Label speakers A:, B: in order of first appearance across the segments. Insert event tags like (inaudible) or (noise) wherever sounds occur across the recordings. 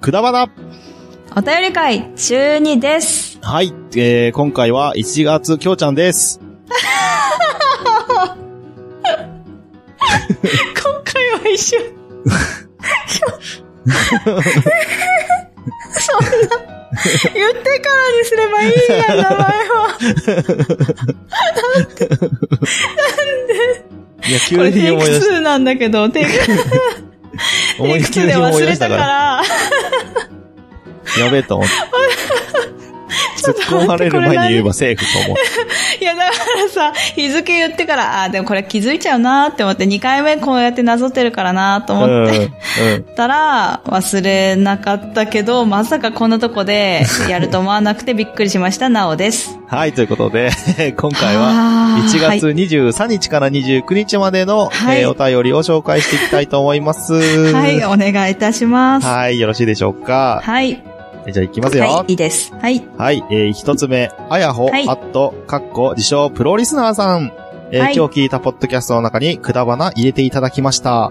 A: くだばな
B: お便り会中2です。
A: はい、えー、今回は1月きょうちゃんです。
B: 今回は一緒。そんな、言ってからにすればいいや、名前は。
A: いや、
B: (laughs) こ
A: (laughs) 急
B: れ
A: に
B: テイ
A: 思
B: ク
A: い出し
B: 2なんだけど、テイク
A: た。思
B: テ
A: い
B: イク2で忘れたか。ら、
A: やべえと思って。
B: (laughs)
A: 突っ込まれる前に言えばセーフと思う。
B: いや、だからさ、日付言ってから、あー、でもこれ気づいちゃうなーって思って、2回目こうやってなぞってるからなーと思っ
A: うん。う
B: て。
A: ん。
B: たら忘れなかったけど、まさかこんなとこでやると思わなくてびっくりしました、なおです。
A: はい、ということで、 (laughs) 今回は、
B: あー
A: 1
B: はい
A: 月23日から29日までの、
B: はい
A: えーお便りを紹介していきたいと思います。
B: はい、お願いいたします。は
A: はい、よろしいでしょうか。
B: い。
A: じゃあ行きますよ。
B: は、
A: はい
B: いいです。はい。
A: い、えー一つ目、あやほ、
B: はい
A: あっと、かっこ、自称、プロリスナーさん。えー
B: はい
A: 今日聞いたポッドキャストの中に、くだばな入れていただきました。
B: は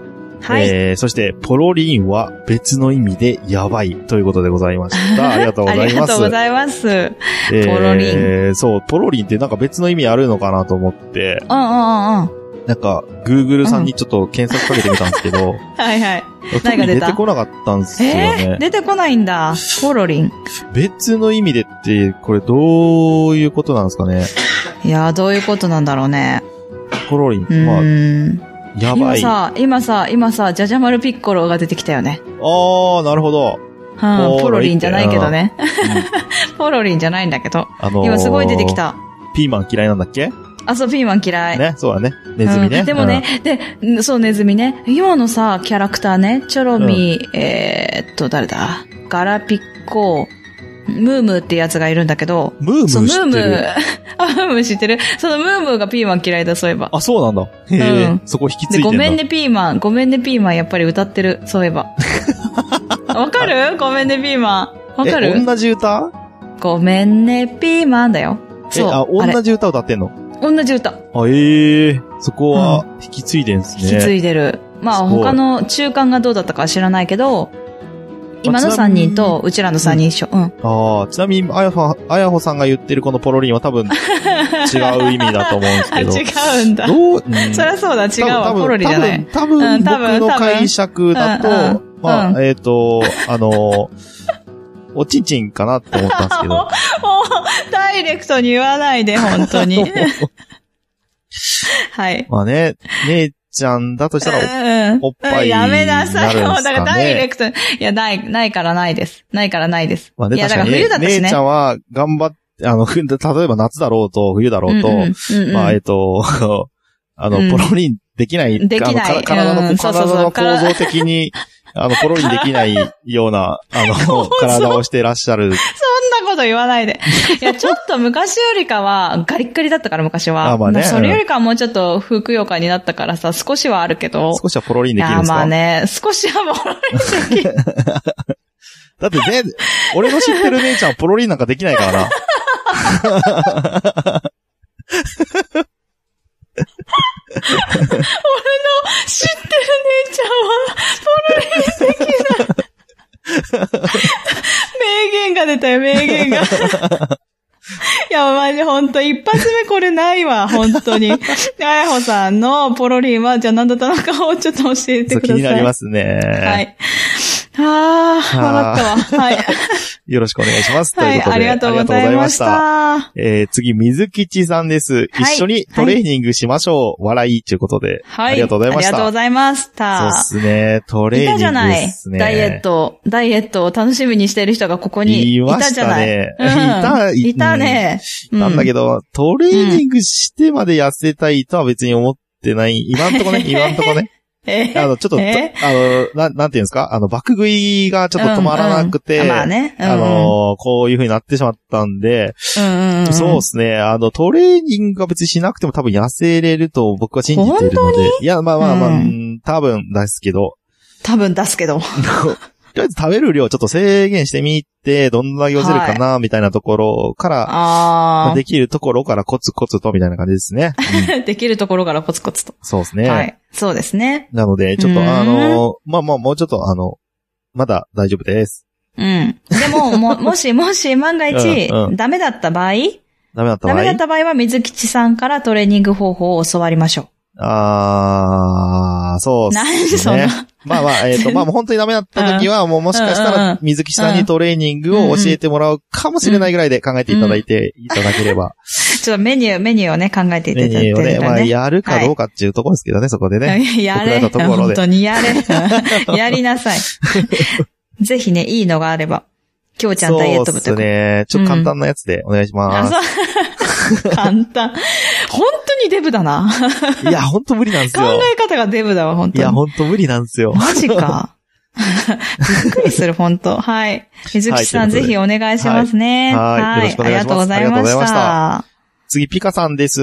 B: い。
A: えーそして、ポロリンは別の意味でやばいということでございま
B: (laughs)
A: した。ありがとうご
B: あ
A: ざ
B: り
A: い
B: が
A: ます。
B: とうございます。うん
A: えー
B: ポロリ
A: そう、ポロリンってなんか別の意味あるのかなと思って、
B: うんうんうん。
A: なんか、Google さんにちょっと検索かけてみたんですけど、
B: はいはい。
A: (laughs) 特に
B: 何が出
A: 出
B: た
A: てこなかったんですよ
B: えー、
A: ね。
B: 出てこないんだ。ポロリン。
A: 別の意味でって、これどういうことなんですかね。
B: いやー、どういうことなんだろうね。
A: ポロリン
B: う、ー
A: まあ、
B: ん。
A: やば
B: 今
A: い。あ
B: さ、今さ、今さ、ジャジャマルピッコロが出てきたよね。
A: ー、なるほど。
B: うん、ポロリンじゃないけどね。
A: うん
B: (laughs) ポロリンじゃないんだけど。
A: あのー
B: 今すごい出てき。た。
A: ピーマン嫌いなんだっけ
B: あ、そう、ピーマン嫌い。
A: ね、そうだね。ネズミ
B: う
A: ね。
B: んでもね、でうん、そう、ネズミね。今のさ、キャラクターね、チョロミー、えーっと、誰だガラピッコ、ムームーってやつがいるんだけど、
A: うん。ムーム
B: そう、
A: ー
B: ム
A: 知
B: ー
A: っ
B: ム
A: てる。
B: ー、 (laughs) あ、ムームー知ってるそのムームーがピーマン嫌いだ、そういえば。
A: あ、そうなんだ。へえ
B: うん、
A: そこ引きついて
B: で、
A: んだ。
B: ごめんねピーマン、ごめんねピーマン、やっぱり歌ってる、そうい
A: (laughs)
B: えば。わかるごめんねピーマン。わか
A: え、
B: る
A: 同じ歌
B: ごめんねピーマンだよ。
A: え、
B: そう、
A: あ、
B: あれ
A: 同、じ歌歌ってんの
B: 同じ歌。
A: あ、ええそこは引き継いでんすね。
B: 引き継いでる。ますあ
A: ごい
B: 他の中間がどうだったかは知らないけど、今の
A: まあちな
B: 3
A: みに
B: 人とうちらの3人一緒。うん。
A: ああ、ちなみに、あやほ、あやほさんが言ってるこのポロリンは多分違う意味だと思うんです
B: (laughs) あ、
A: けど。
B: 違うんだ。
A: どう、うん
B: そりゃそうだ、違う
A: 多
B: わ。
A: 分
B: ポロリじゃない。
A: 多分、
B: うん
A: 多
B: 多分
A: 分、僕の解釈だと、
B: 多分
A: ま
B: うん
A: あ、えっ、と、あの、おちんちんかなって思ったんです
B: (laughs)
A: けど。
B: もう、ダイレクトに言わないで、本
A: (laughs)
B: 当に。はい。
A: まあね、姉ちゃんだとしたら、
B: うん
A: おっぱい
B: やめなさ
A: に
B: い。
A: なるんで
B: も
A: す
B: う、
A: か
B: だ
A: ね
B: からダイレクト。いや、ない、ないからないです。ないからないです。
A: まあね、
B: いや、
A: 確
B: だか
A: からに、
B: 冬だったし
A: 姉
B: ね
A: ちゃ。んは頑張って、あの、ふ例えば夏だろうと、冬だろうと、
B: うんうんうんうん
A: まあ、えっと、 (laughs) あの、
B: うん
A: ポロリンできない、
B: できない
A: あのか体の、
B: うんそうそうそ
A: 体の
B: うから
A: 構造的に、あの、ポロリンできないような、あ
B: (laughs)
A: の、体をしてらっしゃる。
B: そんなこと言わないで。
A: (laughs)
B: いや、ちょっと昔よりかは、ガリッガリだったから、昔は。
A: あまあね
B: もうそれよりかはもうちょっと、ふくよかになったからさ、少しはあるけど。
A: 少しはポロリン
B: い
A: できるん
B: や、
A: ですか
B: まあね、少しはもう、できる。
A: だって全、 (laughs) 俺の知ってる姉ちゃんポロリンなんかできないから
B: (laughs)
A: な。
B: 知ってる姉ちゃんは、ポロリンできない。名言が出たよ、名
A: (laughs)
B: 言が。いや、マジ、ほんと、一発目これないわ、本当に。あやほさんのポロリンは、じゃあ何だったのかをちょっと教えて
A: そう
B: く
A: 気
B: ださい。
A: になりますね。
B: は。い。ああ、
A: あ
B: 笑ったわ。
A: (laughs)
B: はい。
A: よろしくお願いします。
B: は
A: という
B: い、
A: ことで、
B: ありがとうござ
A: あり
B: いまし。
A: がとうございましたえー、次、水吉さんです。
B: はい
A: 一緒にトレーニングしましょう。笑い、ということで。
B: はい。
A: ありがとうございました。
B: ありがとうございました。
A: そうっすね。トレ
B: い
A: ーニ
B: たじゃ
A: ング
B: な
A: で
B: い
A: すね。
B: ダイエット、ダイエットを楽しみにしてる人がここに
A: い
B: い
A: ま
B: た
A: し
B: じゃ
A: た
B: ない。
A: ね。
B: うん
A: い
B: いたね。
A: うんなんだけど、トレーニングしてまで痩せたいとは別に思ってない。今んとこ
B: (laughs)
A: ね、今んとこね。
B: うん。え
A: (laughs) あの、ちょっと、とあ
B: え
A: の、ななんていうんですかあの、爆食いがちょっと止まらなくて、
B: うんうんまあね。うんうん
A: あ、のこういう風になってしまったんで、
B: うんうんん
A: そうですね。あの、トレーニングが別にしなくても多分痩せれると僕は信じてるので。いや、まあまあまあ、
B: うん
A: うん多分ですけど、 (laughs)
B: 多分出すけど。
A: とりあえず食べる量ちょっと制限してみて、どんな寄せるかな、みたいなところから、ま
B: あ
A: あできるところからコツコツと、みたいな感じです
B: (laughs)
A: ね。うん
B: あ。できるところからコツコツと。
A: そうですね。
B: はい。そうですね。
A: なので、ちょっと
B: うーん
A: あの、まあまあ、もうちょっとあの、まだ大丈夫です。
B: うん。で
A: (laughs)
B: も、も、もし、もし、万が一
A: うんう、ん
B: ダメだった場合、
A: ダメだった場
B: ダ
A: 合
B: メだった場合は、水吉さんからトレーニング方法を教わりましょ
A: あー、そう
B: う。
A: っ
B: 何
A: す
B: そん
A: ね
B: (laughs) な。。
A: まあまあ、えっ、
B: (laughs)
A: と、まあ本当にダメだった時は、もうもしかした
B: うんうんう
A: ら
B: ん、
A: 水木さんにトレーニングを教えてもらうかもしれないぐらいで考えていただいていただければ。
B: ちょっとメニュー、メニューをね、考えていただ
A: メニ
B: いて
A: ューをね、
B: ね。
A: まあやるかどうかっていうところですけどね、そこでね。
B: (laughs) や
A: 僕ら
B: れ。
A: のところ
B: 本
A: で
B: 当にや
A: (laughs)
B: れ。やりなさい。ぜひね、いいのがあれば。きょうちゃんダイエット部
A: そ
B: と
A: う
B: か。
A: ですね。ちょっと簡単なやつでお願いし
B: あ
A: ます。 (laughs)
B: そう簡単。本当にデブだな。
A: いや、ほんと無理なんです
B: 考
A: よ。
B: え方がデブだわ、本
A: いや、
B: 当に。
A: ほんと無理なんですよ。
B: マ
A: (laughs)
B: ジか。びっくりする、本当。はい。水木さん、
A: はいというこ
B: ぜ
A: とで
B: ひお願いしますね。
A: はいはいよろしくお
B: あり
A: 願いします
B: がとうございま
A: ありがとうござい
B: し。
A: ました次、ピカさんです。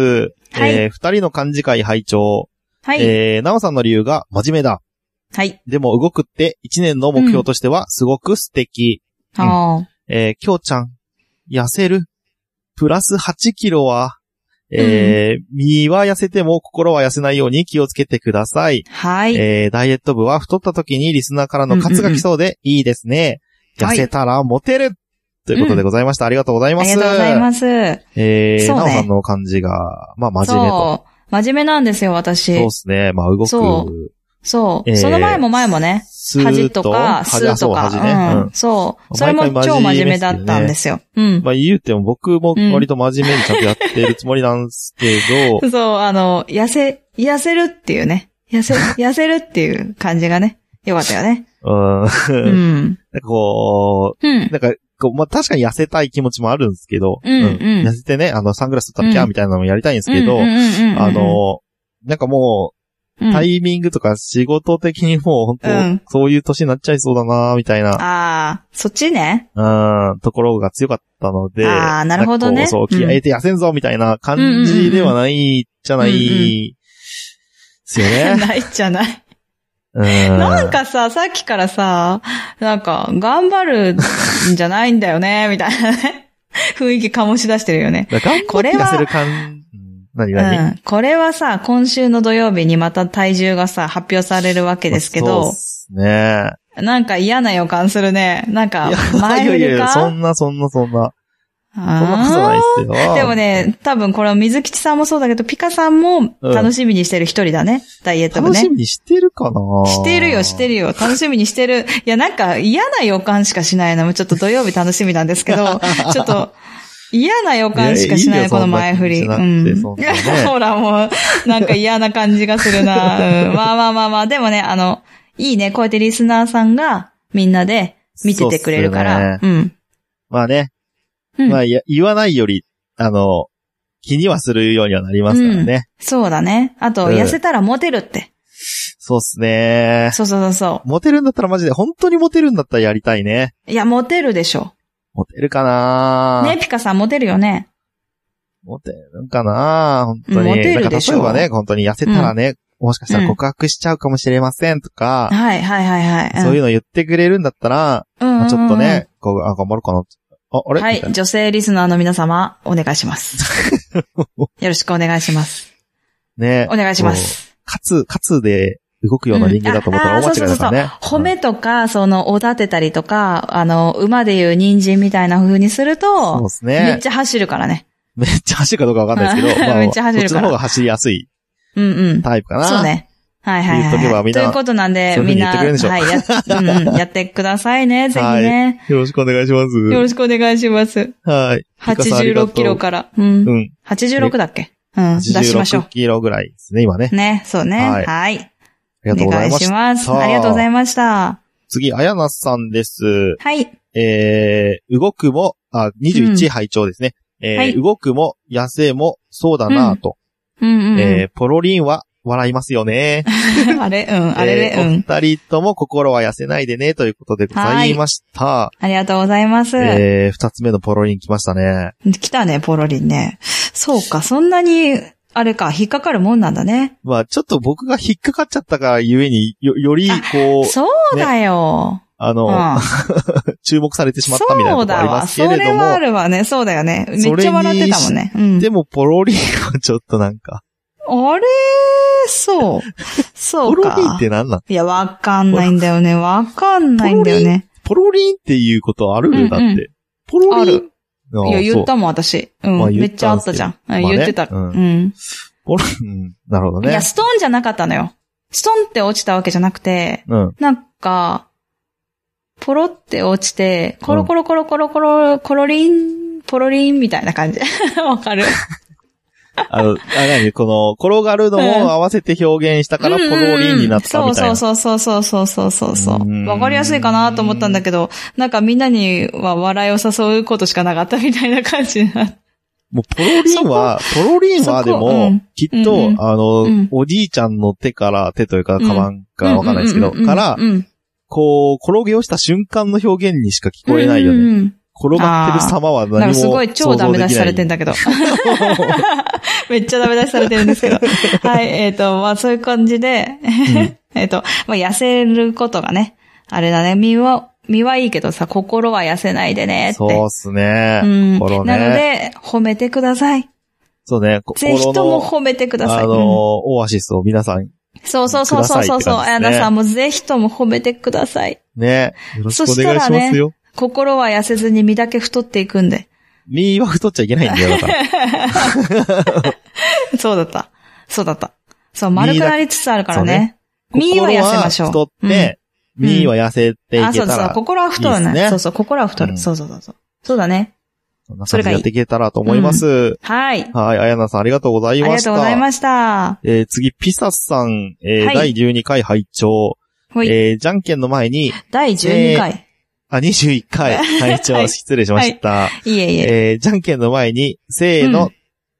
B: はい
A: えー二人の漢字会拝聴。
B: はい。
A: えー、ナオさんの理由が真面目だ。
B: はい。
A: でも動くって一年の目標としてはすごく素敵。うん
B: あー
A: えー、きょうちゃん、痩せる。プラス8キロは、えー身は痩せても心は痩せないように気をつけてください。
B: はい。
A: えーダイエット部は太った時にリスナーからの喝が来そうでいいですね。
B: うんうんうん
A: 痩せたらモテる、ということでございました。ありがとうござい
B: あ
A: ます。
B: りがとうございます。
A: えー、
B: そ
A: な
B: うね
A: おさんの感じが、まあ真面目と。
B: そう。真面目なんですよ、私。
A: そうですね。まあ動く。
B: そそう。
A: えー
B: その前も前もね、
A: スー
B: 恥とか、
A: 端あ
B: 数
A: そ
B: と
A: う、
B: か、
A: 端ね。
B: うん、そう。それ
A: 毎
B: も
A: 回
B: 超真面目だったんですよ。うん
A: ま。あ言うても僕も割と真面目にちゃんとやってるつもりなんですけど、
B: そう、あの、痩せ、痩せるっていうね。痩せ、 (laughs) 痩せるっていう感じがね、よかったよね。 (laughs)
A: うん。
B: う
A: なん
B: ん。
A: かこ
B: う
A: う、
B: ん。
A: なんかこう、まあ確かに痩せたい気持ちもあるんですけど、
B: うんうん
A: 痩せてね、あの、サングラス取ったらキャーみたいなのもやりたいんですけど、
B: うんうんうんうん
A: あ、の、なんかも
B: う
A: う、
B: ん
A: タイミングとか仕事的にもう本当、
B: うん
A: そういう年になっちゃいそうだなみたいな、
B: ああ、そっちね。
A: うん、ところが強かったので、
B: あーなるほどね
A: んかこうそう、気合えて痩せんぞみたいな感じではない、じゃない、ですよね。
B: ないじゃない。
A: (laughs) うん。
B: (laughs) なんかさ、さっきからさ、なんか、頑張るんじゃないんだよね、みたいなね。雰囲気醸し出してるよね。
A: だから頑張
B: こ
A: って
B: れは
A: 痩せる感、うん何
B: う
A: 何、
B: ん。これはさ、今週の土曜日にまた体重がさ、発表されるわけですけ
A: そう
B: ど
A: っ、すね。
B: なんか嫌な予感するね。なんか
A: いや、
B: 前
A: いや
B: 振
A: い
B: り
A: や、そ
B: か
A: んなそんなそんな。そんなことない
B: あ
A: ですよ。
B: ーでも、ね、多分これは水吉さんもそうだけど、ピカさんも楽しみにしてる一人だね。ダイエットも
A: 楽し
B: ね。
A: みにしてるかな
B: してるよ、して
A: る。
B: るよ。楽しみにしてる。いや、なんか嫌な予感しかしないの。もうちょっと土曜日楽しみなんですけ
A: (laughs)
B: ど、ちょっと嫌な予感しかしない
A: いやいいよ
B: この前振り。
A: そんな
B: う
A: 気にしなくて
B: ん。
A: そんなね
B: (laughs) ほら、もう、なんか嫌な感じがする
A: (laughs)
B: な。うん、まあまあまあまあ、でもね、あの、いいね。こうやってリスナーさんがみんなで見ててくれるから。う
A: まあね。
B: ん。うん。
A: まあ、いや言わないより、あの、気にはするようにはなりますからね。
B: そうだね。あと、
A: うん
B: 痩せたらモテるって。
A: そうっすね。
B: そうそうそうそ
A: モテるんだったらマジで、本当にモテるんだったらやりたいね。
B: う。いや、モテるでしょ。
A: モテるかな
B: ね、ピカさんモテるよね。
A: モテるかな本当に。
B: うんモテるでしょ
A: なんか例えばね、本当に痩せたらね、もしかしたら告白しちゃうかもしれませんとか、
B: はいはいはいはい。
A: そういう
B: う
A: の言ってくれるんだったら、
B: ん、
A: ま
B: う
A: あ
B: ん
A: ちょっとね、こう、あ、頑張るかな。あ、あれ
B: は
A: みたい
B: い。
A: な
B: 女性リスナーの皆様、お願いします。
A: (laughs)
B: よろしくお願いします。
A: ね。
B: お願いします。
A: かつ、かつで動くような人間だと思ったら
B: うんあ
A: 大間違いだから
B: あ
A: ね
B: ー。そうそうそうそう。褒めとか、その、おだてたりとか、あの、馬でいう人参みたいな風にす
A: う
B: る
A: んそう
B: と
A: で、す
B: めっ
A: ね。
B: ちゃ走るからね。
A: めっちゃ走るかどうかわかんないですけど、まあ、
B: めっちゃ走
A: こっ
B: る
A: ち
B: から
A: の方が走りやすい
B: うんうん。
A: タイプかな。
B: そう。ね。はいはい
A: 言っとけ
B: は
A: ばみ
B: い。
A: ん
B: と
A: な
B: いうことなんで、
A: そういうふう
B: み
A: に
B: ん
A: 言
B: な、
A: ってくれるんでしょ
B: はい、や、
A: (laughs)
B: うんうんやってくださいね、ぜひね。
A: よろしくお願いします。
B: よろしくお願いします。
A: はい。ピカさんありがと
B: 86
A: う
B: キロから。うん
A: う。ん。
B: 86だっけうん。出しましょ
A: 16
B: う。
A: キロぐらいですね、今ね。
B: ね、そうね。
A: はい
B: はい。
A: ありがとう
B: お
A: ござ
B: 願
A: い
B: い
A: ま
B: し
A: した。
B: ます。ありがとうございました。
A: 次、あやなさんです。
B: はい。
A: えー、動くも、あ、
B: うん
A: 21拝聴ですね。えー
B: はい
A: 動くも、痩せも、そうだなぁと。
B: うんうんうん。
A: えー、ポロリンは、笑いますよね。
B: あれうん、 (laughs) あれ
A: え
B: れ、
A: ー
B: う
A: お
B: ん。
A: 二人とも心は痩せないでね、ということでございました。
B: ありがとうございます。
A: えー、二つ目のポロリン来ましたね。
B: 来たね、ポロリンね。そうか、そんなに、あれか、引っかかるもんなんだね。
A: まあ、ちょっと僕が引っかかっちゃったからゆえに、よ、より、こう、
B: そうだよ。
A: あの、
B: うん。
A: 注目されてしまったみたいな
B: そう
A: ところあ
B: だ
A: りま
B: わ。
A: すけ
B: そ
A: れど
B: れはあ
A: も、
B: るわね。そうだよね。めっ
A: そ
B: ち
A: れ
B: ゃ
A: に
B: 笑ってたもんね。うん。
A: でもポロリンはちょっとなんか、
B: あれそう。そ
A: ポロ
B: う
A: リンっ
B: か。
A: て何なん
B: いや、わかんないんだよね。わかんないんだよね。
A: ポロリンっていうことある、
B: うんうん
A: だって。ポロ
B: あ
A: リン
B: る。
A: あ
B: いや、言っ
A: そう
B: たもん、私。う
A: まあ
B: ん。
A: 言
B: め
A: っ
B: っちゃ
A: た
B: あ
A: ん
B: っ
A: すけど
B: たじゃん。
A: あ
B: うん
A: ね
B: 言ってた。
A: うん
B: うん。
A: ポロリン。なるほど
B: い
A: ね
B: や、。ストーンじゃなかったのよ。ストンって落ちたわけじゃなくて、
A: うん。
B: なんか、ポロって落ちて、コロコロコロコロコロ、コロリン、ポロリンみたいな感じ。 (laughs) わかる。
A: あの、あ、なに、 (laughs) この、転がるの
B: うん
A: を合わせて表現したから、ポロリンになったみたいな。
B: そうそうそうそうそうそうそう
A: う
B: そ
A: ーん
B: う。わかりやすいかなと思ったんだけど、なんかみんなには笑いを誘うことしかなかったみたいな感じになって。
A: もう、ポロリンは、ポロリンはで
B: そこう
A: も
B: ん、
A: きっと、
B: うんうん
A: あの、
B: うん
A: おじいちゃんの手から、手というか、
B: うん
A: カバンかわかんないですけど、
B: うんうんうん
A: から
B: う、ん
A: こう、転げをした瞬間の表現にしか聞こえないよ
B: うんう
A: ね。
B: んうん
A: 転がってる様は
B: なん
A: 何
B: か
A: も
B: す
A: 想像
B: ご
A: でき
B: い
A: ない。
B: 超ダメ出しされてんだけど。めっちゃダメ出しされてるんです
A: (laughs)
B: けど。はい、えっ、と、まあそういう感じで、えっと、まあ痩せることがね、あれだね、身は、身はいいけどさ、心は痩せないでねって。
A: そうっすね。
B: うん。
A: このね
B: なので、褒めてください。
A: そうね。こ
B: ぜひとも
A: こ
B: 褒めてくだ
A: の
B: さ
A: あ
B: い。
A: のー、
B: うん
A: オアシスを皆さん、
B: そうそうそうそうそ
A: くだ
B: うそ
A: さいって感
B: う、
A: じですね
B: あやなさんもぜひとも褒めてください。
A: ね、よろしくお願いしますよ。
B: 心は痩せずに身だけ太っていくんで。
A: 身は太っちゃいけないんだよ、だから。
B: (laughs) そうだった。そうだった。そう、丸くなりつつあるからね。 (laughs) 身は痩せましょう。
A: 心は太って、
B: うん
A: 身は痩せてい
B: あ、
A: け
B: そう
A: た
B: そう、
A: ら、
B: 心は太る
A: いい
B: ね。
A: っすね
B: そうそう、心は太る。
A: うん
B: そうそうそうそう。そうだね。
A: そんな
B: そ
A: 感
B: れ
A: じ
B: が
A: で
B: いい
A: やっていけたらと思います。
B: はい。あ
A: はい、あやなさんありがとうござい
B: り
A: ま
B: が
A: し
B: とうござい
A: た。
B: ました。
A: えー次、ピサスさん、えー
B: は
A: 第
B: い
A: 12回拝聴、
B: ほい。
A: えーじゃんけんの前に、
B: 第12回。
A: あ、21回拝聴、
B: (laughs) はい
A: 失礼しました。
B: いえいえ。
A: えーじゃんけんの前に、せーの、
B: うん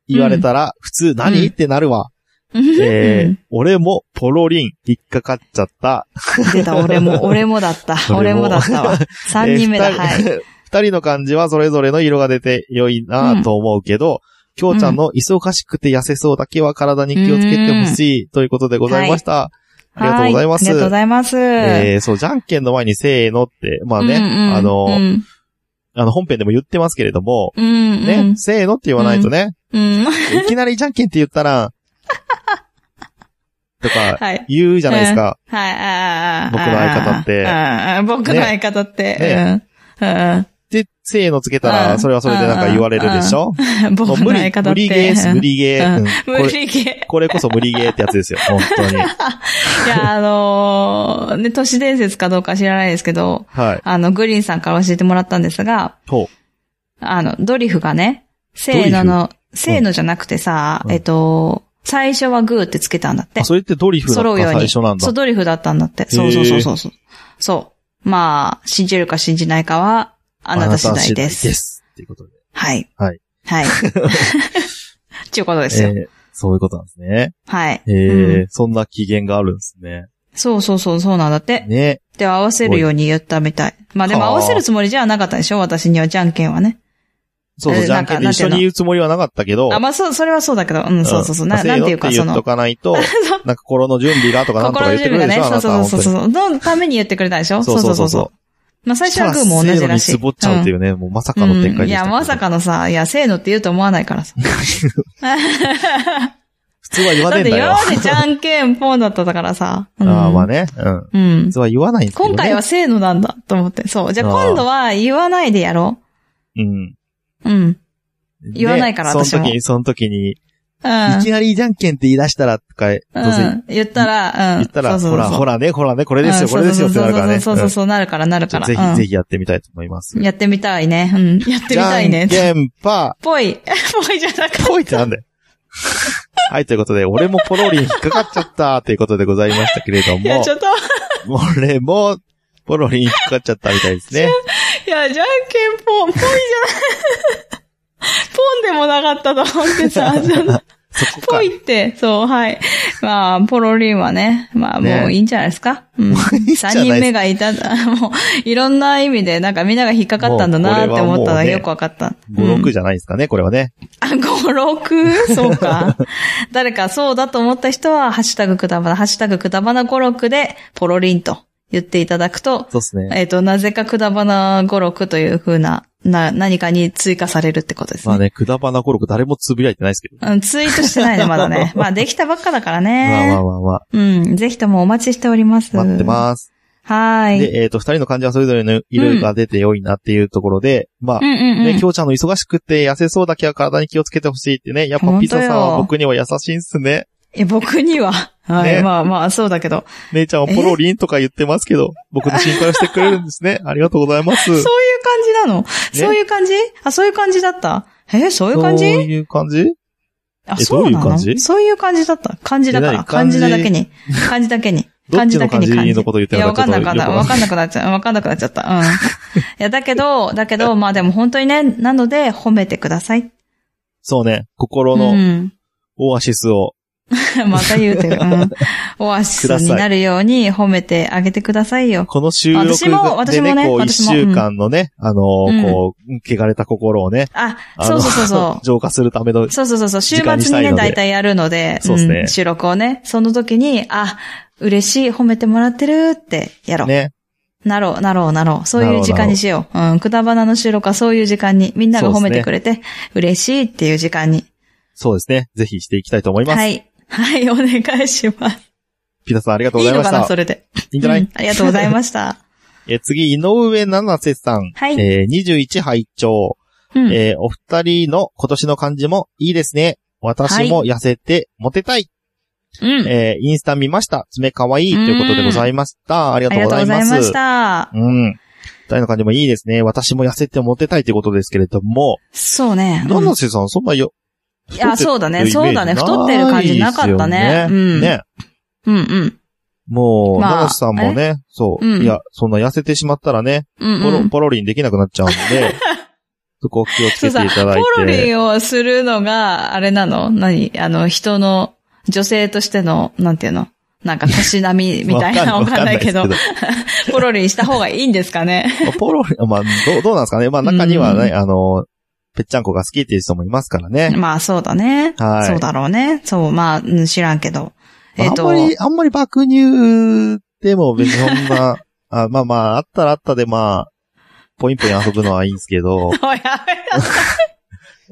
A: 言われたら、普通何、
B: うん
A: ってなるわ。えー
B: うん
A: 俺もポロリン、引っかかっちゃった。
B: 出た、
A: (laughs)
B: 俺も、俺もだった。
A: 俺
B: 俺
A: も
B: もだったわ。3人目 (laughs) だ、
A: えー
B: は
A: 二
B: い。
A: 人 (laughs) 二人の感じはそれぞれの色が出て良いなぁと思うけど、きょうちゃんの忙しくて痩せそうだけは体に気をつけてほしいということでございました。ありがとうございます
B: はありがとうございます。
A: えーそう、じゃんけんの前にせーのって、まあね、
B: うんうん
A: あの、
B: うん
A: あの本編でも言ってますけれども、
B: うん。
A: ね、せーのって言わないとね、
B: うん。うん。 (laughs)
A: いきなりじゃんけんって言ったら、とか、
B: はい。
A: 言うじゃないですか。
B: はい、ああ、ああ
A: 僕の相方って
B: ああ僕の相方って。
A: ね
B: うん。うん
A: で、せーのつけた
B: う
A: ら、
B: ん
A: それはそれでなんか言われるでしょ
B: (laughs) 僕
A: も
B: の
A: う無理
B: 相、方
A: 無
B: って。
A: 理ゲーです、無理ゲー。う
B: う
A: んん
B: (laughs) 無
A: これ
B: 理ゲ
A: これこそ無理ゲーってやつですよ、本当に。
B: (laughs) ー。いや、あのーね、都市伝説かどうか知らないですけど、
A: はい。
B: あの、グリーンさんから教えてもらったんですが、
A: ほ
B: あの、ドリフがね、せーのの、せーのじゃなくてさ、
A: うん
B: えっと、最初はグーってつけたんだっ
A: う。
B: て
A: あ、。それってドリフだった
B: 揃うよう
A: 最
B: に。
A: 初なんだ
B: そう、。ドリフだったんだって。そうそうそうそうそう。そう。まあ、信じるか信じないかは、あなた次
A: あ
B: 第です。
A: なた次第です。っていうことで。
B: はい。
A: はい。 (laughs)
B: はい。 (laughs) っていうことですよ。
A: えーそういうことなんですね。
B: はい。
A: え
B: う
A: ー
B: ん
A: そんな機嫌があるんですね。
B: そうそうそう、そうなんだって。
A: ね。
B: で、合わせるように言ったみたい。まあでも
A: はあ
B: 合わせるつもりじゃなかったでしょ私にはじゃんけんはね。
A: そうそう、
B: えー
A: じゃんけんで
B: なんか
A: 一緒
B: なんていうの
A: に言うつもりはなかったけど。
B: あ、まあそう、それはそうだけど。うん、そうそうそう。
A: ん
B: な、
A: せー
B: な
A: の
B: んていうか、 (laughs) そ
A: 言っ
B: の
A: と、かないと、なんか心の準備がとかなんとか
B: 心
A: 言
B: の
A: って
B: 準
A: くるで
B: 備が
A: し
B: ね、
A: ょ、あ
B: そ
A: な
B: う
A: た
B: そう
A: は
B: そう
A: 本当
B: そう
A: に。
B: そう。のために言ってくれたでしょ。
A: そうそうそうそう
B: まあ最初はグーも
A: せ
B: 同
A: ー
B: じ
A: の
B: ら
A: に
B: しい。
A: 絞っちゃうっていうね、もうまさかの展
B: う
A: 開
B: んい
A: でしたけど
B: や、まさかのさ、いや、せーのって言うと思わないからさ。
A: 普通は言わ
B: だ
A: ねえ
B: っ
A: んだ
B: て今
A: よ。
B: までじゃんけんぽんだったからさ。うん
A: ああ、まあね。うん。
B: うん
A: 普。通は言わないんですけどね。
B: 今回はせーのなんだと思って。そう。じゃあ
A: あー
B: 今度は言わないでやろ
A: うん。
B: う。うん。うん。
A: 言
B: 言わないから私
A: その
B: も
A: 時に、その時に、いきなりじゃんけんって言い出したら、とか、どう
B: う
A: せ
B: ん。言ったら、う
A: 言
B: ん。
A: ったら、
B: そう
A: ほ
B: そう
A: ら、
B: そう
A: ほらね、ほらね、これですよ、
B: うん
A: これですよってなるからね。
B: そうそうそうそううんそう、なるから、なるから。
A: ぜ
B: う
A: ひ、
B: ん
A: ぜひやってみたいと思います。
B: やってみたいね。うん。やってみたいね。
A: じゃんけんぱ、
B: ぽい。 (laughs) ぽいじゃなかっ
A: ぽいってなんだよ。はい、ということで、俺もポロリに引っかかっちゃった、ということでございましたけれど
B: (laughs) た。いや、
A: も
B: ち、ょっと、
A: 俺も、ポロリに引っかかっちゃったみたいです
B: (laughs)
A: ね。
B: いや、じゃんけんぽん、ぽいじゃない。ぽんでもなかったと思っ
A: (laughs)
B: てさ、ちょっと
A: そこ
B: ぽ
A: か。
B: いって、そう、はい。まあ、ポロリンはね、まあ、
A: ね
B: もういいんじゃないですか。うん。
A: いいんじゃない
B: 3人目がいた、もう、いろんな意味で、なんかみんなが引っかかったんだなって思った
A: もうこれはもう
B: ら
A: ね
B: よくわかった。
A: 5、6
B: じ
A: じゃないですかね、これはね。
B: ゃ。あ、5、6? そうか。 (laughs) 誰かそうだと思った人は、ハッシュタグくだばな、ハッシュタグくだばな5、6で、ポロリンと言っていただくと、
A: そうですね。
B: えっ、と、なぜかくだばな5、6という風な、な、何かに追加されるってことです
A: まあ
B: ね。
A: ね、くだばな語録誰もつぶやいてないですけど。
B: うん、ツイートしてない (laughs) ね、まだね。まあ、できたばっかだからね。
A: まあまあまあまあ、
B: うん。ぜひともお待ちしております。
A: 待ってます。
B: はーい。
A: で、えっ、と、二人の感じはそれぞれの色が出て良いなっていうところで、まあ、
B: うんうんうん。
A: ね、きょうちゃんの忙しくて痩せそうだけは体に気をつけてほしいってね。やっぱピザさんは僕には優しいんすね。
B: え、僕には。はい、
A: ね
B: まあまあ、そうだけど。
A: 姉ちゃんはポロリンとか言ってますけど、僕の心配をしてくれるんです
B: (laughs)
A: ね。ありがとうございます。
B: そういう感じなの、そういう感じあ、そういう感じだったえ、そういう感
A: そう
B: じ
A: いう感じ
B: あ、
A: え
B: そ
A: ど
B: うな
A: ういう
B: の
A: 感じ
B: そういう感じだった。感じだか
A: え
B: ら。
A: 何漢
B: 感
A: 字
B: じなだけに。感じだけに。
A: どっちの
B: 漢字だけに
A: 漢字のこと言って
B: い
A: る
B: や、
A: の
B: わ
A: か
B: か
A: ち
B: ん
A: ょっ
B: な
A: と
B: くな、わかんなくなっちゃう。わかんなくなっちゃった。
A: (laughs)
B: うん。いや、だけど、だけど、まあでも本当にね、なので、褒めてください。
A: そうね、心
B: う
A: の
B: ん。 (laughs)
A: オアシスを。
B: また言うてる。うん。オアシスになるように褒めてあげてくださいよ。
A: この収録
B: 私も
A: で
B: 私
A: ね、
B: もね
A: こう一
B: 私もうん
A: 週間のね、あのー、
B: うん
A: こう、汚れた心をね、
B: あ、
A: あ
B: そ
A: の
B: うそうそうそ
A: (laughs)
B: う。
A: 浄化するための、
B: そうそうそうそう、週
A: 時間にし
B: 末
A: た
B: に
A: いの
B: ね、
A: で
B: 大体やるので、
A: そうっすね
B: ん収録をね、その時に、あ、嬉しい、褒めてもらってるって、やろう。
A: ね。
B: なろう、なろう、なろう。そう
A: なろ
B: いうう時間にしよう。うん、くだばなの収録はそういう時間に、みんなが褒めてくれて、嬉しいっていう時間に。
A: そうですね。ぜひしていきたいと思います。
B: はい。はい、お願いします。
A: ピザさんありがとう
B: い
A: ご
B: い
A: ざい
B: の
A: まし
B: か
A: た。
B: な、それで。
A: いいんじゃない、
B: うんありがとうございました。
A: えー次、井上七瀬さん。
B: はい
A: えー21拝聴、
B: うん。
A: えーお二人の今年の漢字もいいですね。私も痩せて、モテたい。
B: うん
A: えーインスタ見ました。爪可愛いということでございました。ありが
B: あ
A: と
B: り
A: う
B: が
A: ご
B: とう
A: ざ
B: ご
A: い
B: ざ
A: ま
B: い
A: す。
B: ました。
A: うん。二人の感じもいいですね。私も痩せてモテたいということですけれども、
B: そうね。うん
A: 七瀬さん、そんなよ、
B: いや、そうだね。
A: 太っ
B: そ
A: てるイメ
B: う
A: ージ
B: だね。太ってる感じなかったね
A: な。いですよ
B: うん。
A: ね。
B: うんうん。
A: もう、
B: まあ
A: 七瀬さんもね、そう、
B: うん
A: いや、そんな痩せてしまったらね、
B: うん
A: ポ
B: う
A: ロ
B: ん。
A: ポロリンできなくなっちゃうん
B: (laughs)
A: で、そこを気をつけていただいて。
B: ポロリンをするのが、あれなの何あの、人の、女性としての、なんていうのなんか、たしなみみたいな、わかんないけど、
A: です
B: ポロリンした方がいいんです
A: (laughs)
B: かね。
A: けどポロリン、まあ、どう、どうなんですかね。まあ、中にはね、
B: う
A: あの、ぺっちゃんこが好きっていう人もいますからね。
B: まあ、そうだね。
A: はい
B: そうだろうね。そう、まあ、うん知らんけど。
A: まあ
B: えっ、
A: あん
B: と、
A: まり、あんまり爆乳でも別にそん
B: (laughs)
A: な、あまあまあ、あったらあったで、まあ、ポインポイン遊ぶのはいいんですけ
B: (laughs)
A: ど、
B: おいやめな、